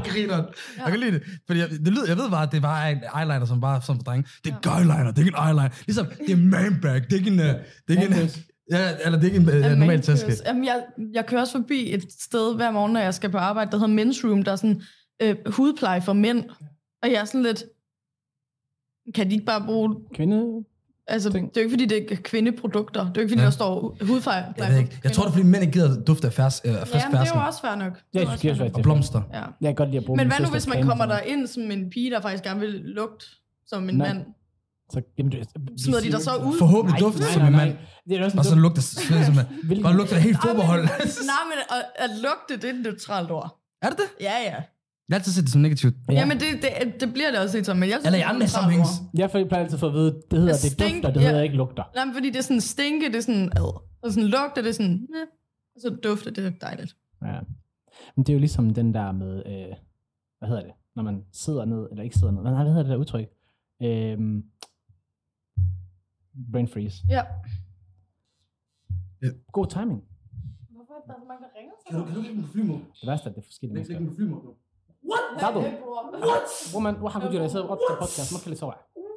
[SPEAKER 1] Grineren. Jeg kan lide det. Fordi jeg, det lyder, jeg ved bare, at det var en eyeliner, som bare som for drenge. Det er ja. guyliner, det er ikke en eyeliner. Ligesom, det er manbag, det er ikke en... øh, Det er ikke en
[SPEAKER 2] Manpurse.
[SPEAKER 1] ja, eller det er ikke en øh, normal
[SPEAKER 3] Manicures.
[SPEAKER 1] taske.
[SPEAKER 3] Jamen, jeg, jeg kører også forbi et sted hver morgen, når jeg skal på arbejde, der hedder Men's Room, der er sådan øh, hudpleje for mænd. Og jeg er sådan lidt... Kan de ikke bare bruge...
[SPEAKER 2] kvinde,
[SPEAKER 3] Altså,
[SPEAKER 2] Ting.
[SPEAKER 3] det er jo ikke, fordi det er kvindeprodukter. Det er jo ikke, fordi
[SPEAKER 1] Ja.
[SPEAKER 3] ja. der står hudpleje.
[SPEAKER 1] Jeg ved ikke. Jeg tror, det er, fordi mænd ikke gider dufte af færs, øh, frisk
[SPEAKER 3] Ja,
[SPEAKER 1] ja,
[SPEAKER 3] men det
[SPEAKER 1] færsel
[SPEAKER 3] er jo også fair nok.
[SPEAKER 2] jeg
[SPEAKER 3] Det er
[SPEAKER 2] synes,
[SPEAKER 3] også
[SPEAKER 2] jeg, synes,
[SPEAKER 1] og
[SPEAKER 2] det er fint.
[SPEAKER 1] blomster.
[SPEAKER 3] fair nok. Ja.
[SPEAKER 2] jeg kan godt lide at bruge
[SPEAKER 3] Men
[SPEAKER 2] min
[SPEAKER 3] hvad nu,
[SPEAKER 2] søsters
[SPEAKER 3] hvis man
[SPEAKER 2] creme
[SPEAKER 3] kommer
[SPEAKER 2] til
[SPEAKER 3] der
[SPEAKER 2] noget.
[SPEAKER 3] ind som en pige, der faktisk gerne vil lugte som en
[SPEAKER 2] Nej.
[SPEAKER 3] mand?
[SPEAKER 2] Så, jamen, det,
[SPEAKER 3] Smider de dig så ud?
[SPEAKER 1] Forhåbentlig dufter som en mand.
[SPEAKER 2] Det er også en
[SPEAKER 1] Og så
[SPEAKER 2] dum-
[SPEAKER 1] lugter det som en-
[SPEAKER 2] Hvilken-
[SPEAKER 1] Bare lugter det helt forbehold.
[SPEAKER 3] Nej, men, nej, men at, at lugte, det er et neutralt ord.
[SPEAKER 1] er det det?
[SPEAKER 3] Ja, ja.
[SPEAKER 1] Jeg har altid set det som negativt.
[SPEAKER 2] Ja.
[SPEAKER 3] Jamen, det, det, det bliver det også lidt som, men jeg synes,
[SPEAKER 1] Eller i
[SPEAKER 3] det er et
[SPEAKER 1] andre
[SPEAKER 3] neutralt
[SPEAKER 1] sammenhængs.
[SPEAKER 3] ord.
[SPEAKER 2] Jeg plejer altid at få at vide, det hedder, det
[SPEAKER 3] Stink,
[SPEAKER 2] dufter, det hedder
[SPEAKER 3] ja.
[SPEAKER 2] ikke lugter.
[SPEAKER 3] Nej, men fordi det er sådan stinke, det er sådan ad. Og sådan lugter, det er sådan, meh. Og så dufter, det er dejligt.
[SPEAKER 2] Ja. Men det er jo ligesom den der med, øh, hvad hedder det, når man sidder ned, eller ikke sidder ned, nej, hvad hedder det der udtryk? Øh, brain freeze.
[SPEAKER 3] Ja.
[SPEAKER 2] God timing.
[SPEAKER 3] Hvorfor er der så mange, der ringer til
[SPEAKER 2] Det værste er, at det er forskellige mennesker.
[SPEAKER 3] What?
[SPEAKER 2] Babu. Hvor man, hvor har du gjort, jeg sidder op til podcast, man kan lidt sove.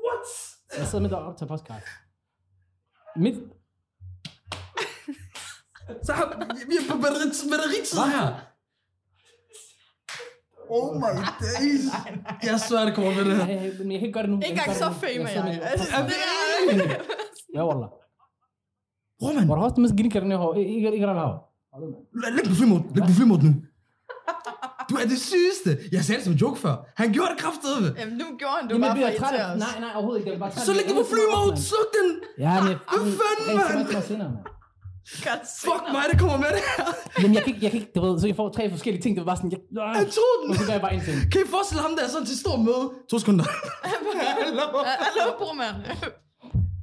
[SPEAKER 2] What? Jeg sidder midt op til podcast. Mit,
[SPEAKER 1] Så har vi er på batteri- batteritid her. Oh my days. Jeg svær, det kommer med det her.
[SPEAKER 2] nej, men jeg kan ikke gøre det nu.
[SPEAKER 3] Ikke engang så fame er jeg. Altså, det er...
[SPEAKER 2] Ja, wallah.
[SPEAKER 1] Roman,
[SPEAKER 2] Hvor har du mest gildt gerne hår? Ikke ikke der lav.
[SPEAKER 1] læ- læg på flymål. Læg på flymål nu. Du er det sygeste. Jeg sagde det som en joke før. Han gjorde det kraftedeme.
[SPEAKER 3] Jamen, nu gjorde han det
[SPEAKER 2] Jamen, jeg
[SPEAKER 3] bare for
[SPEAKER 2] bliver
[SPEAKER 3] at
[SPEAKER 2] træt
[SPEAKER 3] irritere
[SPEAKER 2] af...
[SPEAKER 3] os.
[SPEAKER 2] Nej, nej, overhovedet ikke. Jeg vil bare træt
[SPEAKER 1] Så læg det på flymål. Sluk den.
[SPEAKER 2] Ja, men...
[SPEAKER 1] Hvad fanden, mand?
[SPEAKER 2] Hvad fanden, mand?
[SPEAKER 3] Godt
[SPEAKER 1] Fuck mig, der kommer med det her.
[SPEAKER 2] Jamen, jeg kan ikke, jeg kan ikke, du ved, så jeg får tre forskellige ting, det var bare sådan, jeg,
[SPEAKER 1] Jeg
[SPEAKER 2] øh,
[SPEAKER 1] tog den.
[SPEAKER 2] og så gør jeg bare en ting.
[SPEAKER 1] Kan I forestille ham, der er sådan til stor møde? To sekunder.
[SPEAKER 3] Hallo, brormand.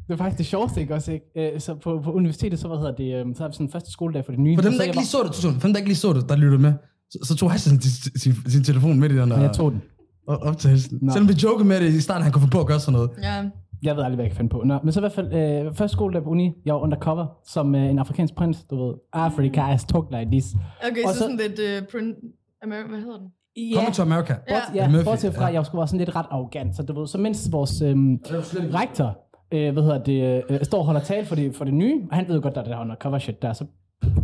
[SPEAKER 2] Det er faktisk det sjoveste, ikke også, ikke? Øh, så på, på universitetet, så, hvad hedder det, øh, så har vi sådan første skoledag for det nye.
[SPEAKER 1] For dem,
[SPEAKER 2] så
[SPEAKER 1] der
[SPEAKER 2] jeg
[SPEAKER 1] ikke lige så det, to sekunder. For dem, der ikke lige så det, der lyttede med, så, så tog Hassan sin, sin, sin telefon med i den
[SPEAKER 2] bare,
[SPEAKER 1] der
[SPEAKER 2] jeg tog den.
[SPEAKER 1] op- optagelsen.
[SPEAKER 2] Nå.
[SPEAKER 1] Selvom vi jokede med det i starten, han kunne få på at gøre sådan noget.
[SPEAKER 3] Ja.
[SPEAKER 2] Jeg ved aldrig, hvad jeg kan finde på. Nå, men så i hvert fald, øh, første skoledag på uni, jeg var undercover som øh, en afrikansk prins, du ved. Africa is talk like this.
[SPEAKER 3] Okay,
[SPEAKER 2] Og
[SPEAKER 3] så,
[SPEAKER 2] så-
[SPEAKER 3] sådan lidt uh, print... Amer- hvad hedder den?
[SPEAKER 1] Coming to America.
[SPEAKER 3] Ja.
[SPEAKER 2] Bort, ja,
[SPEAKER 1] Murphy,
[SPEAKER 2] bortset fra,
[SPEAKER 1] ja.
[SPEAKER 2] at jeg skulle være sådan lidt ret arrogant. Så du ved, så mens vores øhm, rektor, øh, hvad hedder det, øh, står og holder tale for det, for det nye, og han ved jo godt, der er det der undercover shit der, så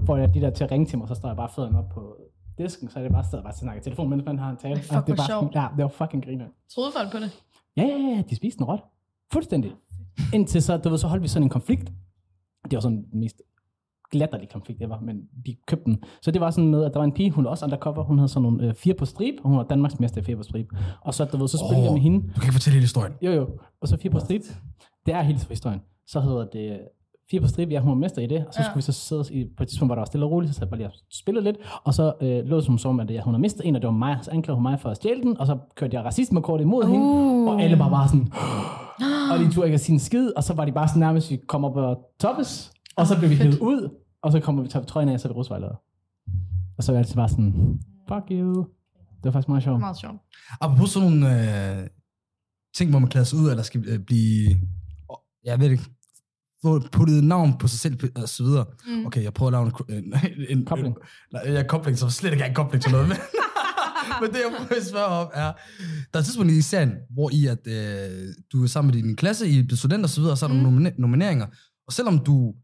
[SPEAKER 2] får jeg de der til at ringe til mig, så står jeg bare fødderne op på disken, så er det bare stadig bare til at snakke i telefon, mens man har en tale.
[SPEAKER 3] fuck,
[SPEAKER 2] det er
[SPEAKER 3] hvor
[SPEAKER 2] bare sådan-
[SPEAKER 3] sjovt.
[SPEAKER 2] Ja, det var fucking griner.
[SPEAKER 3] Troede folk på det?
[SPEAKER 2] Ja, ja, ja, de spiste en rot. Fuldstændig. Indtil så, du ved, så holdt vi sådan en konflikt. Det var sådan den mest glatterlige konflikt, det var, men de købte den. Så det var sådan med, at der var en pige, hun var også undercover, hun havde sådan nogle øh, fire på strip, og hun var Danmarks mester i fire på strip. Og så, du ved, så spillede oh. jeg
[SPEAKER 1] Åh.
[SPEAKER 2] med hende.
[SPEAKER 1] Du kan ikke fortælle hele historien.
[SPEAKER 2] Jo, jo. Og så fire på strip. Det er helt for historien. Så hedder det øh, fire på strip, ja, hun var mester i det. Og så
[SPEAKER 3] Ja.
[SPEAKER 2] skulle vi så sidde i, på et tidspunkt, hvor der var stille og roligt, så sad jeg bare lige og spillede lidt. Og så øh, lå det som som, at øh, hun havde mistet en, og det var mig. Så anklagede hun mig for at stjæle den, og så kørte jeg racismekort imod uh. hende. Og alle var bare sådan, og de turde ikke at sige en skid, og så var de bare sådan nærmest, vi kommer op og toppes, og
[SPEAKER 1] Ah,
[SPEAKER 2] så blev vi hævet ud, og så kommer vi tager trøjen af, og så er vi rusvejleder. Og så var det bare sådan, fuck you. Det var faktisk meget sjovt.
[SPEAKER 3] Meget sjovt.
[SPEAKER 1] Apropos sådan nogle øh, ting, hvor man klæder sig ud, eller skal øh, blive, åh, jeg ved ikke, få puttet et navn på sig selv, øh, og så videre.
[SPEAKER 3] Mm.
[SPEAKER 1] Okay, jeg prøver at lave en... ko- en, en en-
[SPEAKER 2] Kobling.
[SPEAKER 1] Nej, jeg er kobling, så slet ikke er en kobling til noget. Men, men det, jeg prøver at spørge om, er... Der er et tidspunkt i serien, hvor I, at øh, du er sammen med din klasse, I er student og så videre, og så er der
[SPEAKER 3] Mm.
[SPEAKER 1] nogle nomine- nomineringer. Og selvom du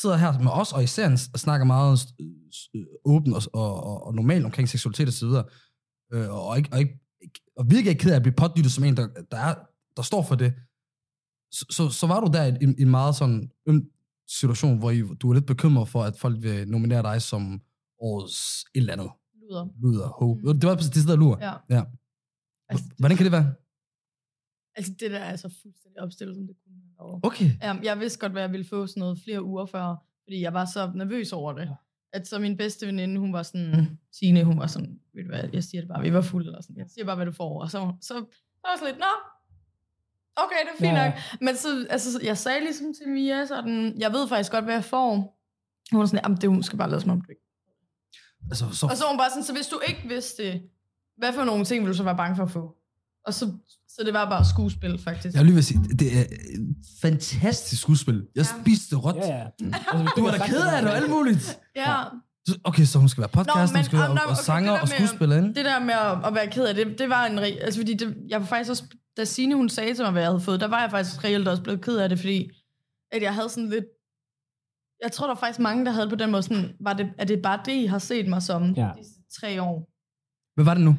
[SPEAKER 1] sidder her med os, og i serien s- snakker meget øh, s- øh, åbent og, og, og, og normalt omkring seksualitet og så videre, øh, og, ikke, og, ikke, og virkelig ikke ked af at blive pådyttet som en, der, der, er, der står for det, så, så, så var du der i en, en meget sådan øm situation, hvor I, du er lidt bekymret for, at folk vil nominere dig som årets et eller andet
[SPEAKER 3] Luder.
[SPEAKER 1] luder. Ho.
[SPEAKER 3] Mm.
[SPEAKER 1] Det var præcis det, der lur.
[SPEAKER 3] Ja.
[SPEAKER 1] Ja.
[SPEAKER 3] Altså, det-
[SPEAKER 1] Hvordan kan det være?
[SPEAKER 3] Altså, det der er så fuldstændig opstillet, som det kunne have været.
[SPEAKER 1] Okay.
[SPEAKER 3] Um, jeg vidste godt, hvad jeg ville få sådan noget flere uger før, fordi jeg var så nervøs over det.
[SPEAKER 2] Ja. Mm.
[SPEAKER 3] At så min bedste veninde, hun var sådan, Signe, hun var sådan, ved du hvad, jeg siger det bare, vi var fulde eller sådan, jeg siger bare, hvad du får. Og så, så så var jeg sådan lidt, nå, okay, det er fint
[SPEAKER 2] Ja.
[SPEAKER 3] ja. nok. Men så, altså, så- jeg sagde ligesom til Mia sådan, jeg ved faktisk godt, hvad jeg får. Hun var sådan, jamen det hun skal bare lade som om du ikke.
[SPEAKER 1] Altså, så,
[SPEAKER 3] Og så var hun bare sådan, så hvis du ikke vidste det, hvad for nogle ting vil du så være bange for at få? Og så, så det var bare skuespil, faktisk.
[SPEAKER 1] jeg vil lige ved at sige, det er et fantastisk skuespil. Jeg
[SPEAKER 3] Ja.
[SPEAKER 1] spiste det råt.
[SPEAKER 2] Ja, ja. Altså, vi-
[SPEAKER 1] Du var da ked af det og alt muligt.
[SPEAKER 3] Ja,
[SPEAKER 1] Så- Okay, så hun skal være podcast,
[SPEAKER 3] Nå, men-
[SPEAKER 1] hun skal være
[SPEAKER 3] ah,
[SPEAKER 1] og,
[SPEAKER 3] nej,
[SPEAKER 1] og
[SPEAKER 3] okay,
[SPEAKER 1] sanger
[SPEAKER 3] det der
[SPEAKER 1] og
[SPEAKER 3] med-
[SPEAKER 1] skuespiller, ikke?
[SPEAKER 3] Det der med at, at være ked af det, det var en... re- Altså, fordi det, jeg var faktisk også... Da Signe, hun sagde til mig, hvad jeg havde fået, der var jeg faktisk reelt også blevet ked af det, fordi at jeg havde sådan lidt... Jeg tror, der var faktisk mange, der havde det på den måde sådan, var det, er det bare det, I har set mig som
[SPEAKER 2] Ja.
[SPEAKER 3] ja. de sidste tre år?
[SPEAKER 1] Hvad var det nu?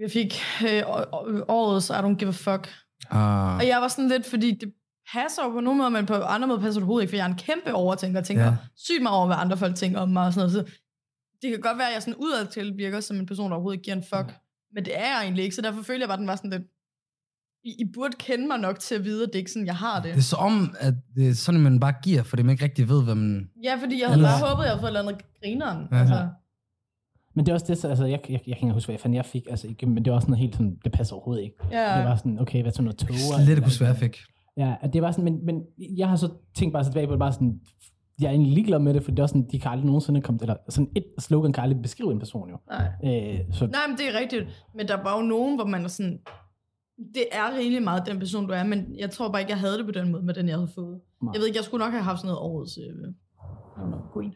[SPEAKER 3] Jeg fik øh, å- å- årets I don't give a fuck.
[SPEAKER 1] Ah,
[SPEAKER 3] Og jeg var sådan lidt, fordi det passer jo på nogle måder, men på andre måder passer det overhovedet ikke, for jeg er en kæmpe overtænker, og tænker
[SPEAKER 1] Ja.
[SPEAKER 3] ja. sygt meget over, hvad andre folk tænker om mig og sådan noget. Så det kan godt være, at jeg sådan udadtil virker som en person, der overhovedet ikke giver en fuck.
[SPEAKER 2] Ja.
[SPEAKER 3] Ja. Men det er jeg egentlig ikke, så derfor følte jeg bare, at den var sådan lidt... I, I burde kende mig nok til at vide, at det ikke er sådan, jeg har det.
[SPEAKER 1] det er så om, at det er sådan, man bare giver, fordi man ikke rigtig ved, hvad man...
[SPEAKER 3] Ja, fordi jeg havde
[SPEAKER 2] Eller-
[SPEAKER 3] bare håbet, at jeg havde fået et eller andet grineren.
[SPEAKER 1] Ja.
[SPEAKER 3] Ja. Altså,
[SPEAKER 2] Ja. Men det er også det, så- altså, jeg, jeg, jeg kan ikke engang huske, hvad jeg fandt, jeg fik, altså, ikke, men det er også sådan helt sådan, det passer overhovedet ikke. Ja. Det
[SPEAKER 3] ja.
[SPEAKER 2] var sådan, okay, hvad er sådan noget tog?
[SPEAKER 1] Slet ikke kunne svære, jeg fik.
[SPEAKER 2] Ja, at det var sådan, men, men jeg har så tænkt bare så tilbage på det, bare sådan, jeg er egentlig ligeglad med det, for det er også sådan, de kan aldrig nogensinde komme, eller sådan et slogan kan aldrig beskrive en person jo.
[SPEAKER 3] Nej.
[SPEAKER 2] Øh, så
[SPEAKER 3] Nej, men det er rigtigt. Men der var jo nogen, hvor man er sådan... Det er rigtig meget den person, du er, men jeg tror bare ikke, jeg havde det på den måde, med den, jeg havde fået.
[SPEAKER 2] Nej.
[SPEAKER 3] Nej. Jeg ved ikke, jeg skulle nok have haft sådan noget årets... Øh, queen.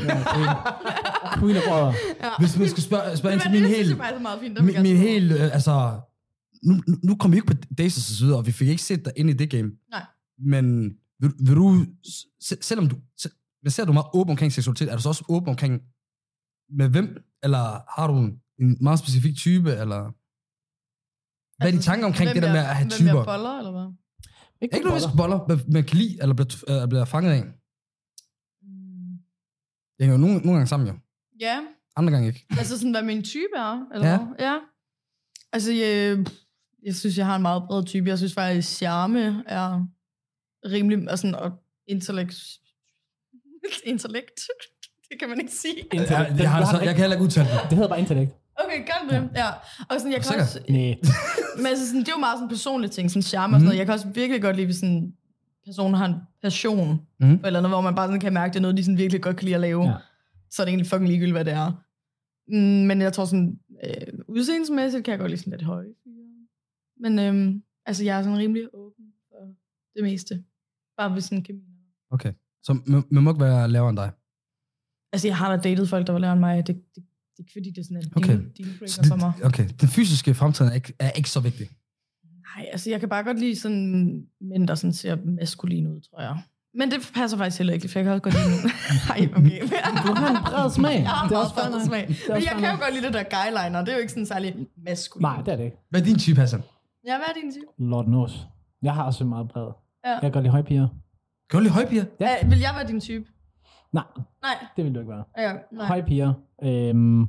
[SPEAKER 2] ja, queen, queen og brødre.
[SPEAKER 3] Ja.
[SPEAKER 1] Hvis man skulle spørge, spørge ind til
[SPEAKER 3] det,
[SPEAKER 1] min
[SPEAKER 3] det
[SPEAKER 1] helt...
[SPEAKER 3] synes jeg faktisk er meget fint. der vil
[SPEAKER 1] min,
[SPEAKER 3] jeg
[SPEAKER 1] min
[SPEAKER 3] gerne
[SPEAKER 1] helt, øh, altså, nu, nu- nu kom vi ikke på Days og så videre, og vi fik ikke set dig ind i det game.
[SPEAKER 3] Nej.
[SPEAKER 1] Men vil, vil du, se- selvom du, se- men ser du meget åben omkring seksualitet, er du så også åben omkring, med hvem, eller har du en, en meget specifik type, eller... Hvad er dine
[SPEAKER 3] Altså,
[SPEAKER 1] tanker omkring det
[SPEAKER 3] hvem
[SPEAKER 1] der med
[SPEAKER 3] jeg-
[SPEAKER 1] at have
[SPEAKER 3] hvem
[SPEAKER 1] typer?
[SPEAKER 3] jeg boller, eller hvad?
[SPEAKER 2] Ikke,
[SPEAKER 1] Ikke
[SPEAKER 2] ikke
[SPEAKER 1] noget, hvis boller, hvad man kan lide, eller bliver, øh, bliver fanget af. Det hænger jo nogle, nogle gange sammen, jo.
[SPEAKER 3] Mm. Ja,
[SPEAKER 1] Andre gange ikke.
[SPEAKER 3] altså sådan, hvad min type er, eller
[SPEAKER 1] Ja.
[SPEAKER 3] ja. hvad? Ja. Altså, jeg, jeg synes, jeg har en meget bred type. Jeg synes altså faktisk, charme er rimelig, og sådan, og intellekt... Intellekt. Det kan man ikke sige.
[SPEAKER 2] Intellekt.
[SPEAKER 1] Jeg, jeg, har,
[SPEAKER 2] Den-
[SPEAKER 1] altså, jeg kan heller ikke udtale det.
[SPEAKER 2] Det hedder bare intellekt.
[SPEAKER 3] Okay, godt med. Ja. Og sådan, jeg kan
[SPEAKER 1] Sikkert.
[SPEAKER 3] også,
[SPEAKER 2] Nej.
[SPEAKER 3] men altså, sådan, det er jo meget sådan personlige ting, sådan charme og sådan
[SPEAKER 1] Mhm.
[SPEAKER 3] noget. Jeg kan også virkelig godt lide, hvis sådan personen har en passion
[SPEAKER 1] Mhm.
[SPEAKER 3] mm. for et eller andet, hvor man bare sådan kan mærke, det er noget, de sådan virkelig godt kan lide at lave.
[SPEAKER 2] Ja.
[SPEAKER 3] Ja. Så er det egentlig fucking ligegyldigt, hvad det er. Mm, men jeg tror sådan, øh, udseendsmæssigt kan jeg godt lide sådan lidt høje. fyre. Men øhm, altså, jeg er sådan rimelig åben for det meste. Bare hvis sådan kan...
[SPEAKER 1] Okay. Så man- man må ikke være lavere end dig.
[SPEAKER 3] Altså, jeg har da datet folk, der var lavere end mig. Det, det, det er ikke fordi, det er sådan en
[SPEAKER 1] Okay.
[SPEAKER 3] okay.
[SPEAKER 1] Så
[SPEAKER 3] dealbreaker for mig.
[SPEAKER 1] det, okay, den fysiske fremtræden er ikke, er ikke så vigtig.
[SPEAKER 3] Nej, altså jeg kan bare godt lide sådan mænd, der sådan ser maskulin ud, tror jeg. Men det passer faktisk heller ikke, for jeg kan også godt lide... Nej, okay.
[SPEAKER 2] Du har en bred smag.
[SPEAKER 3] Jeg har
[SPEAKER 2] Det er
[SPEAKER 3] meget
[SPEAKER 2] også fair
[SPEAKER 3] bred
[SPEAKER 2] nok.
[SPEAKER 3] smag.
[SPEAKER 2] er
[SPEAKER 3] Men
[SPEAKER 2] også
[SPEAKER 3] jeg
[SPEAKER 2] fair
[SPEAKER 3] kan jo
[SPEAKER 2] nok.
[SPEAKER 3] godt lide det der guyliner. Det er jo ikke sådan særlig maskulin.
[SPEAKER 2] Nej, det er det ikke.
[SPEAKER 1] Hvad er din type, Hassan?
[SPEAKER 3] Ja, hvad er din type?
[SPEAKER 2] Lord knows. Jeg har også en meget bred.
[SPEAKER 3] Ja.
[SPEAKER 2] Jeg kan godt lide højpiger.
[SPEAKER 1] Kan du lide højpiger?
[SPEAKER 2] Ja.
[SPEAKER 3] Ja. Øh, Vil jeg være din type?
[SPEAKER 2] Nej,
[SPEAKER 3] Nej.
[SPEAKER 2] det vil du ikke være.
[SPEAKER 3] Ja, nej.
[SPEAKER 2] Højpiger. Øhm,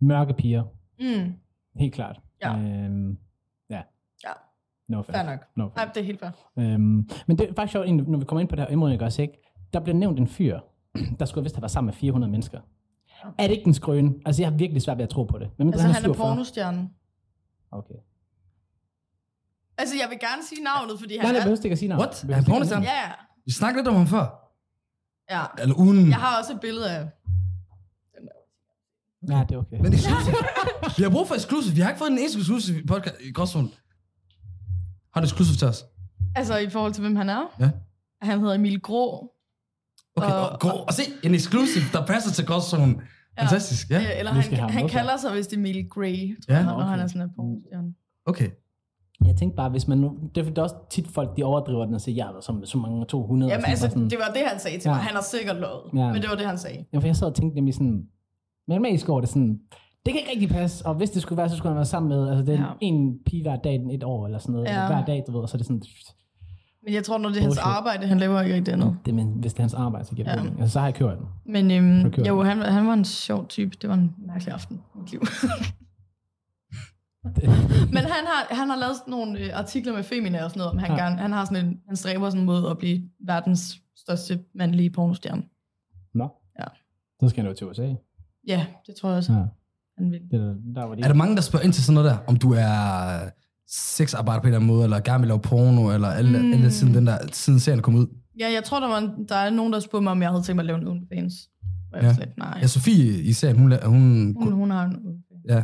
[SPEAKER 2] mørke piger.
[SPEAKER 3] Mm,
[SPEAKER 2] Helt klart.
[SPEAKER 3] Ja.
[SPEAKER 2] Øhm, ja.
[SPEAKER 3] Ja.
[SPEAKER 2] No
[SPEAKER 3] fair
[SPEAKER 2] offense.
[SPEAKER 3] nok.
[SPEAKER 2] No
[SPEAKER 3] Nej,
[SPEAKER 2] offense.
[SPEAKER 3] det er helt fair.
[SPEAKER 2] Øhm, men det er faktisk sjovt, egentlig, når vi kommer ind på det her område, ikke også, ikke? Der blev nævnt en fyr, der skulle vist have været sammen med 400 mennesker. Er det ikke en skrøne? Altså, jeg har virkelig svært ved at tro på det. Men
[SPEAKER 3] Altså, han er
[SPEAKER 2] 47.
[SPEAKER 3] pornostjernen.
[SPEAKER 2] Okay.
[SPEAKER 3] Altså, jeg vil gerne sige navnet, fordi han
[SPEAKER 2] Nej, det
[SPEAKER 3] er...
[SPEAKER 2] behøver ikke at sige navn.
[SPEAKER 1] What?
[SPEAKER 2] Behøver
[SPEAKER 1] Er han
[SPEAKER 2] ikke at
[SPEAKER 1] pornostjerne?
[SPEAKER 3] Ja, ja.
[SPEAKER 1] Vi snakkede lidt om ham før.
[SPEAKER 3] ja.
[SPEAKER 1] Eller uden...
[SPEAKER 3] Jeg har også et billede af...
[SPEAKER 2] sige navn. Ja, det er okay.
[SPEAKER 1] Men exclusive. vi har brug for exclusive. Vi har ikke fået en eneste exclusive podcast i Gråzonen. Har du exclusive til os?
[SPEAKER 3] Altså, i forhold til, hvem han er.
[SPEAKER 1] Ja.
[SPEAKER 3] Han hedder Emil Grå.
[SPEAKER 1] Okay,
[SPEAKER 3] Øh,
[SPEAKER 1] og,
[SPEAKER 3] Og-
[SPEAKER 1] og, og se, en exclusive, der passer til Gråzonen. Fantastisk, ja.
[SPEAKER 3] Øh, Eller
[SPEAKER 2] Vi skal
[SPEAKER 3] han,
[SPEAKER 2] have ham
[SPEAKER 3] han
[SPEAKER 2] med,
[SPEAKER 3] kalder sig vist Emil Grey, tror
[SPEAKER 1] Ja.
[SPEAKER 3] ja, jeg,
[SPEAKER 2] Nå,
[SPEAKER 3] når
[SPEAKER 2] okay. Mm.
[SPEAKER 3] han er sådan en pornostjerne.
[SPEAKER 1] Okay.
[SPEAKER 2] Jeg tænkte bare, hvis man nu... Det er, det er også tit folk, de overdriver den og siger, jeg har været sammen med så mange 200.
[SPEAKER 3] Jamen
[SPEAKER 2] og
[SPEAKER 3] altså,
[SPEAKER 2] sådan, bare sådan,
[SPEAKER 3] det var det, han sagde til
[SPEAKER 2] Ja.
[SPEAKER 3] mig. Han har sikkert lovet,
[SPEAKER 2] Ja.
[SPEAKER 3] men det var det, han sagde.
[SPEAKER 2] Ja, for jeg sad og tænkte nemlig sådan, matematisk over det sådan, det kan ikke rigtig passe, og hvis det skulle være, så skulle han være sammen med, altså det er
[SPEAKER 3] Ja.
[SPEAKER 2] en pige hver dag den et år, eller sådan noget,
[SPEAKER 3] Ja.
[SPEAKER 2] ja. hver dag, du ved, og så er det sådan,
[SPEAKER 3] Men jeg tror, når det er hans
[SPEAKER 2] Bullshit.
[SPEAKER 3] arbejde, han laver ikke rigtig andet.
[SPEAKER 2] det, men hvis det er hans arbejde, så giver det
[SPEAKER 3] Ja.
[SPEAKER 2] mening. altså, så har jeg kørt den.
[SPEAKER 3] Men øhm,
[SPEAKER 2] kører
[SPEAKER 3] jo, han, han var en sjov type. Det var en mærkelig aften i mit liv. men han har, han har lavet sådan nogle øh, artikler med Femina og sådan noget, om han,
[SPEAKER 2] Ja.
[SPEAKER 3] ja. gerne, han, har sådan en, han stræber sådan mod at blive verdens største mandlige pornostjerne.
[SPEAKER 2] Nå,
[SPEAKER 3] Ja.
[SPEAKER 2] så skal han jo til USA.
[SPEAKER 3] Ja, det tror jeg også,
[SPEAKER 2] Ja.
[SPEAKER 3] han vil.
[SPEAKER 2] Det, der- der var det.
[SPEAKER 1] Er der mange, der spørger ind til sådan noget der? Om du er øh, sexarbejder på en eller anden måde, eller gerne vil lave porno, eller alle,
[SPEAKER 3] Mm.
[SPEAKER 1] alle siden, den der, siden serien kom ud?
[SPEAKER 3] Ja, jeg tror, der, var en, der er nogen, der spurgte mig, om jeg havde tænkt mig at lave en OnlyFans. Og jeg
[SPEAKER 1] Ja.
[SPEAKER 3] var slet, nej.
[SPEAKER 1] Ja, Sofie i serien, hun, la- hun,
[SPEAKER 3] Hun, hun har en OnlyFans.
[SPEAKER 1] ja,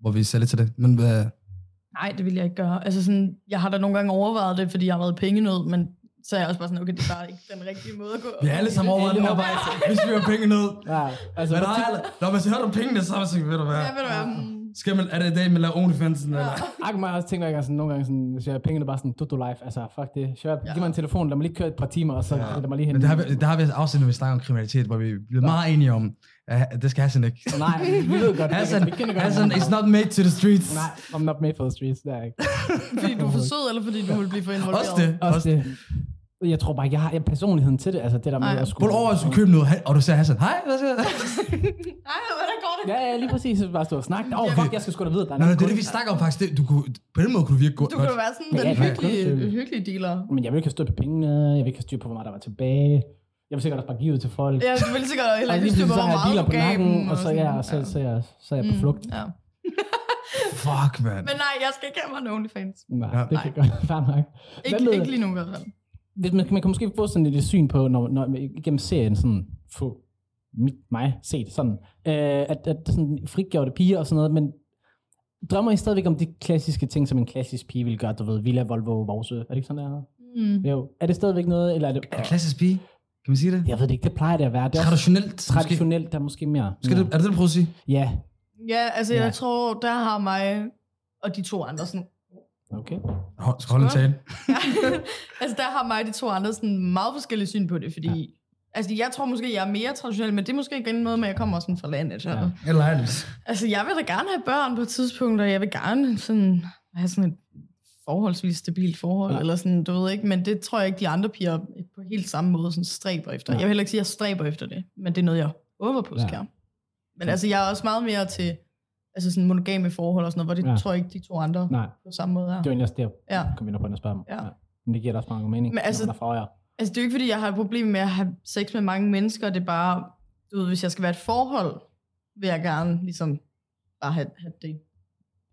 [SPEAKER 1] hvor vi ser lidt til det. Men øh, hvad,
[SPEAKER 3] Nej, det vil jeg ikke gøre. Altså sådan, jeg har da nogle gange overvejet det, fordi jeg har været i pengenød, men så er jeg også bare sådan, okay, det er bare ikke den rigtige måde at gå.
[SPEAKER 1] vi har alle sammen overvejet den her vej, hvis vi har penge ned.
[SPEAKER 2] Ja, altså,
[SPEAKER 1] Men der
[SPEAKER 2] hvor
[SPEAKER 1] er,
[SPEAKER 2] tit-
[SPEAKER 1] alle- når man så hører om pengene, så er man sådan, ved du hvad,
[SPEAKER 3] Ja, ved du hvad? mm,
[SPEAKER 1] skal man, er det i dag, man laver OnlyFansen, eller?
[SPEAKER 2] Akkum har jeg også tænkt mig sådan, nogle gange, sådan, hvis jeg har pengene bare sådan, du, du life, altså fuck det, Shut up, giv mig en telefon, lad mig lige køre et par timer, og så ja. lad mig lige
[SPEAKER 1] Men
[SPEAKER 2] hente.
[SPEAKER 1] der har, vi, der har vi et afsnit, når vi snakker om kriminalitet, hvor vi er blevet meget enige om, at det skal Hassan ikke.
[SPEAKER 2] Nej, vi ved godt,
[SPEAKER 1] Hassan,
[SPEAKER 2] vi kender godt
[SPEAKER 1] Hassan
[SPEAKER 2] hinanden.
[SPEAKER 1] is not made to the streets.
[SPEAKER 2] Nej, I'm not made for the streets, det er jeg ikke.
[SPEAKER 3] Fordi du er for sød, eller fordi du vil blive for involveret?
[SPEAKER 1] Også det. Også
[SPEAKER 2] Også
[SPEAKER 1] det.
[SPEAKER 2] det. Jeg tror bare, ikke, jeg har jeg har personligheden til det. Altså det der med
[SPEAKER 3] Ej.
[SPEAKER 2] at skulle...
[SPEAKER 1] Prøv over, at du skulle købe noget, og du siger Hassan, hej, hvad siger du?
[SPEAKER 3] Nej, hvordan går det?
[SPEAKER 2] Ja, ja, lige præcis. Så Bare stå og snakke. Åh, oh, fuck, jeg skal sgu da videre. Der er
[SPEAKER 1] Nå,
[SPEAKER 2] nogen
[SPEAKER 1] det er det,
[SPEAKER 2] kunde.
[SPEAKER 1] vi snakker om faktisk. Det, du kunne, på den måde kunne du virke godt.
[SPEAKER 3] Du kan jo være sådan
[SPEAKER 2] Men
[SPEAKER 3] den
[SPEAKER 2] ja,
[SPEAKER 3] hyggelige,
[SPEAKER 2] det er-
[SPEAKER 3] hyggelige dealer.
[SPEAKER 2] Men jeg vil ikke have styr på pengene. Jeg vil ikke have styr på, hvor meget der var tilbage. Jeg vil sikkert også bare give ud til folk.
[SPEAKER 3] Ja, du vil sikkert heller
[SPEAKER 2] og
[SPEAKER 3] ikke
[SPEAKER 2] lige pludselig så
[SPEAKER 3] styre på, hvor
[SPEAKER 2] har jeg
[SPEAKER 3] meget
[SPEAKER 2] biler
[SPEAKER 3] du
[SPEAKER 2] på
[SPEAKER 3] gav
[SPEAKER 2] nakken,
[SPEAKER 3] dem,
[SPEAKER 2] og så er jeg,
[SPEAKER 3] sådan. Mm,
[SPEAKER 2] så, så, er jeg, så er jeg på flugt.
[SPEAKER 3] Ja.
[SPEAKER 1] Fuck, man.
[SPEAKER 3] Men nej, jeg skal ikke have mig en OnlyFans.
[SPEAKER 2] Nej,
[SPEAKER 1] Ja.
[SPEAKER 2] det kan godt fair nok.
[SPEAKER 3] Ikke,
[SPEAKER 2] med-
[SPEAKER 3] ikke lige nu i hvert fald.
[SPEAKER 2] Hvis man, man kan måske få sådan lidt et syn på, når, når gennem serien sådan, få mit, mig set sådan, øh, at, at sådan frigjorte piger og sådan noget, men drømmer I stadigvæk om de klassiske ting, som en klassisk pige vil gøre, du ved, Villa, Volvo, Vorsø, er det ikke sådan, der?
[SPEAKER 3] Mm.
[SPEAKER 2] Jo. Er det stadigvæk noget, eller er det...
[SPEAKER 1] Er det klassisk pige? Kan man sige det?
[SPEAKER 2] Jeg ved det ikke, det plejer det at være. Det er også
[SPEAKER 1] Traditionelt? måske?
[SPEAKER 2] traditionelt, der er måske mere.
[SPEAKER 1] Skal det,
[SPEAKER 2] Ja.
[SPEAKER 1] er det det, du prøver at sige?
[SPEAKER 2] Ja,
[SPEAKER 3] Ja, altså
[SPEAKER 2] Ja.
[SPEAKER 3] jeg tror, der har mig og de to andre sådan
[SPEAKER 2] okay.
[SPEAKER 1] Hold, skal holde en tale.
[SPEAKER 3] altså, der har mig og de to andre sådan meget forskellige syn på det, fordi... Ja. Altså, jeg tror måske, jeg er mere traditionel, men det er måske igen noget med, at jeg kommer sådan fra landet. Så.
[SPEAKER 2] Ja.
[SPEAKER 3] Ja.
[SPEAKER 1] Eller andet.
[SPEAKER 3] Altså, jeg vil da gerne have børn på et tidspunkt, og jeg vil gerne sådan, have sådan et forholdsvis stabilt forhold,
[SPEAKER 2] Ja.
[SPEAKER 3] ja. eller sådan, du ved ikke, men det tror jeg ikke, de andre piger på helt samme måde sådan stræber efter.
[SPEAKER 2] Nej.
[SPEAKER 3] Jeg vil heller ikke sige, at jeg stræber efter det, men det er noget, jeg håber på,
[SPEAKER 2] Ja.
[SPEAKER 3] skal ja. Men altså, jeg er også meget mere til altså sådan monogame forhold og sådan noget, hvor det
[SPEAKER 2] Ja.
[SPEAKER 3] ja. tror jeg ikke, de to andre Nej.
[SPEAKER 2] Nej,
[SPEAKER 3] på samme måde er.
[SPEAKER 2] det var egentlig også der,
[SPEAKER 3] Ja.
[SPEAKER 2] kom vi ind på at spørge om.
[SPEAKER 3] Ja.
[SPEAKER 2] Men det giver da også mange mening,
[SPEAKER 3] Men altså-
[SPEAKER 2] når man er fra jer.
[SPEAKER 3] Altså, det er jo ikke, fordi jeg har et problem med at have sex med mange mennesker. Det er bare, du ved, hvis jeg skal være et forhold, vil jeg gerne ligesom bare have, have det.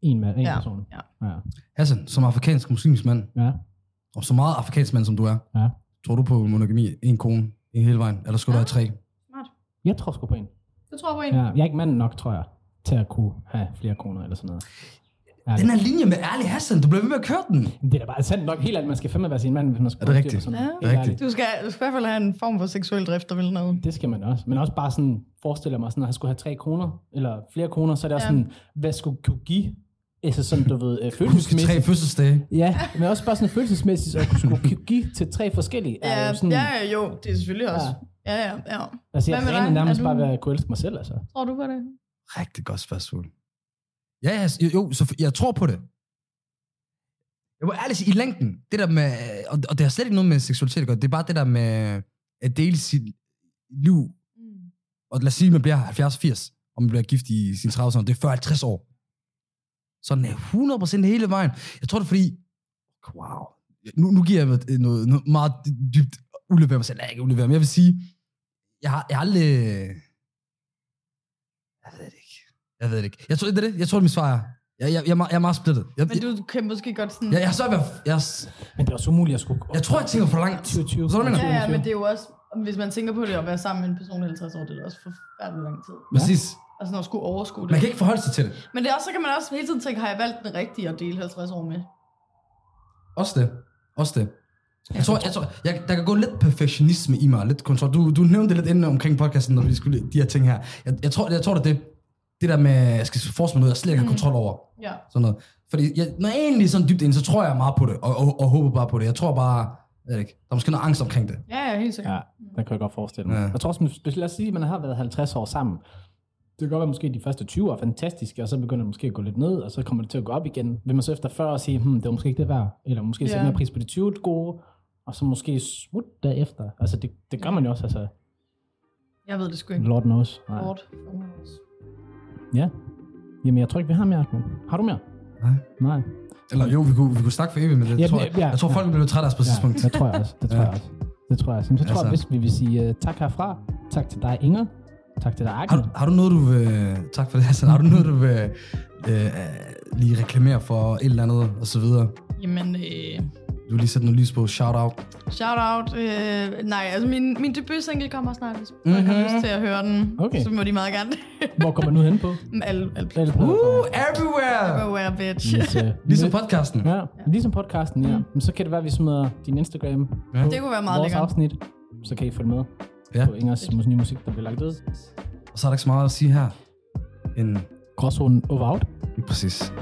[SPEAKER 2] En, mand, en
[SPEAKER 3] Ja.
[SPEAKER 2] person.
[SPEAKER 3] Ja.
[SPEAKER 2] Ja.
[SPEAKER 1] Hassan, som afrikansk muslimsk mand,
[SPEAKER 2] ja.
[SPEAKER 1] og så meget afrikansk mand, som du er,
[SPEAKER 2] Ja.
[SPEAKER 1] tror du på monogami, en kone, en hele vejen, eller skulle du have tre?
[SPEAKER 2] Jeg tror sgu på en.
[SPEAKER 3] Det tror jeg på en.
[SPEAKER 2] Ja, jeg er ikke mand nok, tror jeg, til at kunne have flere koner eller sådan noget. Ja,
[SPEAKER 1] Den her linje med ærlig Hassan, du bliver ved med at køre den.
[SPEAKER 2] det er da bare sandt nok helt, at man skal fandme være sin mand, hvis man skal
[SPEAKER 1] Er det
[SPEAKER 2] bruge
[SPEAKER 1] rigtigt?
[SPEAKER 2] dyr og sådan
[SPEAKER 3] Ja.
[SPEAKER 2] noget.
[SPEAKER 1] Det er
[SPEAKER 2] Helt
[SPEAKER 1] rigtigt.
[SPEAKER 3] Du, skal, du skal i hvert fald have en form for seksuel drift, der vil noget.
[SPEAKER 2] Det skal man også. Men også bare sådan, forestiller mig sådan, at han skulle have tre kroner, eller flere kroner, så er det også
[SPEAKER 3] Ja.
[SPEAKER 2] sådan, hvad skulle kunne give, altså sådan, du ved, øh,
[SPEAKER 1] Husk
[SPEAKER 2] følelsesmæssigt.
[SPEAKER 1] tre fødselsdage.
[SPEAKER 2] Ja, men også bare sådan følelsesmæssigt, at skulle kunne give til tre forskellige, er
[SPEAKER 3] Ja,
[SPEAKER 2] jo sådan,
[SPEAKER 3] ja, ja, jo, det er selvfølgelig også. Ja, ja, ja.
[SPEAKER 2] altså jeg
[SPEAKER 3] Hvad med
[SPEAKER 2] træner
[SPEAKER 3] dig?
[SPEAKER 2] nærmest
[SPEAKER 3] Er
[SPEAKER 2] du...
[SPEAKER 3] du-
[SPEAKER 2] bare ved at kunne elske mig selv, altså.
[SPEAKER 3] Tror du på det?
[SPEAKER 1] Rigtig godt spørgsmål. Ja, ja, s- jo, jo, så jeg tror på det. Jeg må ærligt sige, i længden, det der med, øh, og, og det har slet ikke noget med seksualitet at gøre, det er bare det der med at dele sit liv,
[SPEAKER 3] Mm.
[SPEAKER 1] og lad os sige, man bliver 70-80, og man bliver gift i sin 30 år, det er 40-50 år. Sådan er 100% hele vejen. Jeg tror det er fordi, wow, nu, nu giver jeg mig øh, noget, noget meget dybt ulevere mig selv, Nej, ikke ulevere, men jeg vil sige, jeg har, jeg har aldrig, jeg ved det ikke, jeg ved det ikke. Jeg tror, det er det, jeg tror, det er mit svar er, jeg, jeg, jeg, er meget- jeg er meget splittet. Jeg,
[SPEAKER 3] Men du kan måske godt
[SPEAKER 2] Mm.
[SPEAKER 3] sådan...
[SPEAKER 1] jeg, jeg, har svært ved at- jeg, jeg,
[SPEAKER 2] Men det er også umuligt at skulle...
[SPEAKER 1] jeg tror, jeg tænker for langt.
[SPEAKER 2] 2020.
[SPEAKER 1] Så er det, mener.
[SPEAKER 3] Ja, ja, men det er jo også, hvis man tænker på det at være sammen med en person i 50 år, det er da også forfærdelig lang tid.
[SPEAKER 1] Præcis.
[SPEAKER 3] Altså når skulle overskue det.
[SPEAKER 1] Man kan ikke forholde sig til det.
[SPEAKER 3] Men det er også, så kan man også hele tiden tænke, har jeg valgt den rigtige at dele 50 år med?
[SPEAKER 1] Også det. Også det. Jeg tror, jeg tror jeg, der kan gå lidt perfektionisme i mig, lidt kontrol. Du, du nævnte det lidt inden omkring podcasten, når vi skulle de her ting her. Jeg, jeg, tror, jeg tror, det er det, det der med, jeg skal force mig noget, jeg slet ikke har
[SPEAKER 2] Mm.
[SPEAKER 1] kontrol over.
[SPEAKER 3] Ja.
[SPEAKER 1] Sådan noget. Fordi jeg, når jeg egentlig er sådan dybt ind, så tror jeg meget på det, og, og, og håber bare på det. Jeg tror bare, jeg ved ikke, der er måske noget angst omkring det.
[SPEAKER 3] Ja, ja, helt sikkert.
[SPEAKER 2] Ja, det kan jeg godt forestille mig. Ja.
[SPEAKER 1] Ja.
[SPEAKER 2] Jeg tror også, hvis- lad os sige, at man har været 50 år sammen. Det kan godt være, måske de første 20 år er fantastiske, og så begynder det måske at gå lidt ned, og så kommer det til at gå op igen. Vil man så efter 40 år sige, hmm, det var måske ikke det værd, eller måske sætte
[SPEAKER 3] Ja.
[SPEAKER 2] mere pris på de 20 gode, og så måske smut derefter. Altså, det, det gør man jo også, altså.
[SPEAKER 3] Jeg ved det sgu ikke.
[SPEAKER 2] Lord knows. Nej.
[SPEAKER 3] Lord.
[SPEAKER 2] Ja. Jamen, jeg tror ikke, vi har mere, Ahmed. Har du mere?
[SPEAKER 1] Nej.
[SPEAKER 2] Nej.
[SPEAKER 1] Eller jo, vi kunne, vi kunne snakke for evigt, men det,
[SPEAKER 2] Ja,
[SPEAKER 1] jeg tror,
[SPEAKER 2] ja,
[SPEAKER 1] jeg,
[SPEAKER 2] ja.
[SPEAKER 1] jeg tror, folk bliver trætte af os på et tidspunkt.
[SPEAKER 2] Ja, det tror jeg også. Det tror
[SPEAKER 1] Ja.
[SPEAKER 2] jeg også. Det tror jeg også. Jamen, så tror jeg,
[SPEAKER 1] Altså.
[SPEAKER 2] hvis vi vil sige uh, tak herfra. Tak til dig, Inger. Tak til dig,
[SPEAKER 1] Har,
[SPEAKER 2] Akken.
[SPEAKER 1] du- har du noget, du vil... Tak for det, Hassan. Har du noget, du vil øh, øh, lige reklamere for et eller andet, og så videre?
[SPEAKER 3] Jamen, øh,
[SPEAKER 1] Du vil lige sætte noget lys på. Shout out.
[SPEAKER 3] shout out. Øh, nej, altså min, min debutsingle kommer snart. Hvis mm-hmm. folk
[SPEAKER 1] Mhm.
[SPEAKER 3] har lyst til at høre den,
[SPEAKER 2] Okay.
[SPEAKER 3] så må de meget gerne.
[SPEAKER 2] Hvor kommer du hen på?
[SPEAKER 3] alle, alle
[SPEAKER 2] Alle
[SPEAKER 1] Uh,
[SPEAKER 2] platforme.
[SPEAKER 1] everywhere!
[SPEAKER 3] Beware, bitch.
[SPEAKER 2] Hvis, øh,
[SPEAKER 1] Ligesom podcasten.
[SPEAKER 2] Ja, ligesom podcasten, ja. Men så kan det være, at vi smider din Instagram
[SPEAKER 1] Ja.
[SPEAKER 2] på
[SPEAKER 3] Mm. Det kunne være meget
[SPEAKER 2] vores
[SPEAKER 3] lækkert.
[SPEAKER 2] afsnit. Så kan I følge med
[SPEAKER 1] Ja.
[SPEAKER 2] på Ingers mus- nye musik, der bliver lagt ud.
[SPEAKER 1] Og så er der ikke så meget at sige her. En
[SPEAKER 2] Gråzonen over out.
[SPEAKER 1] lige præcis.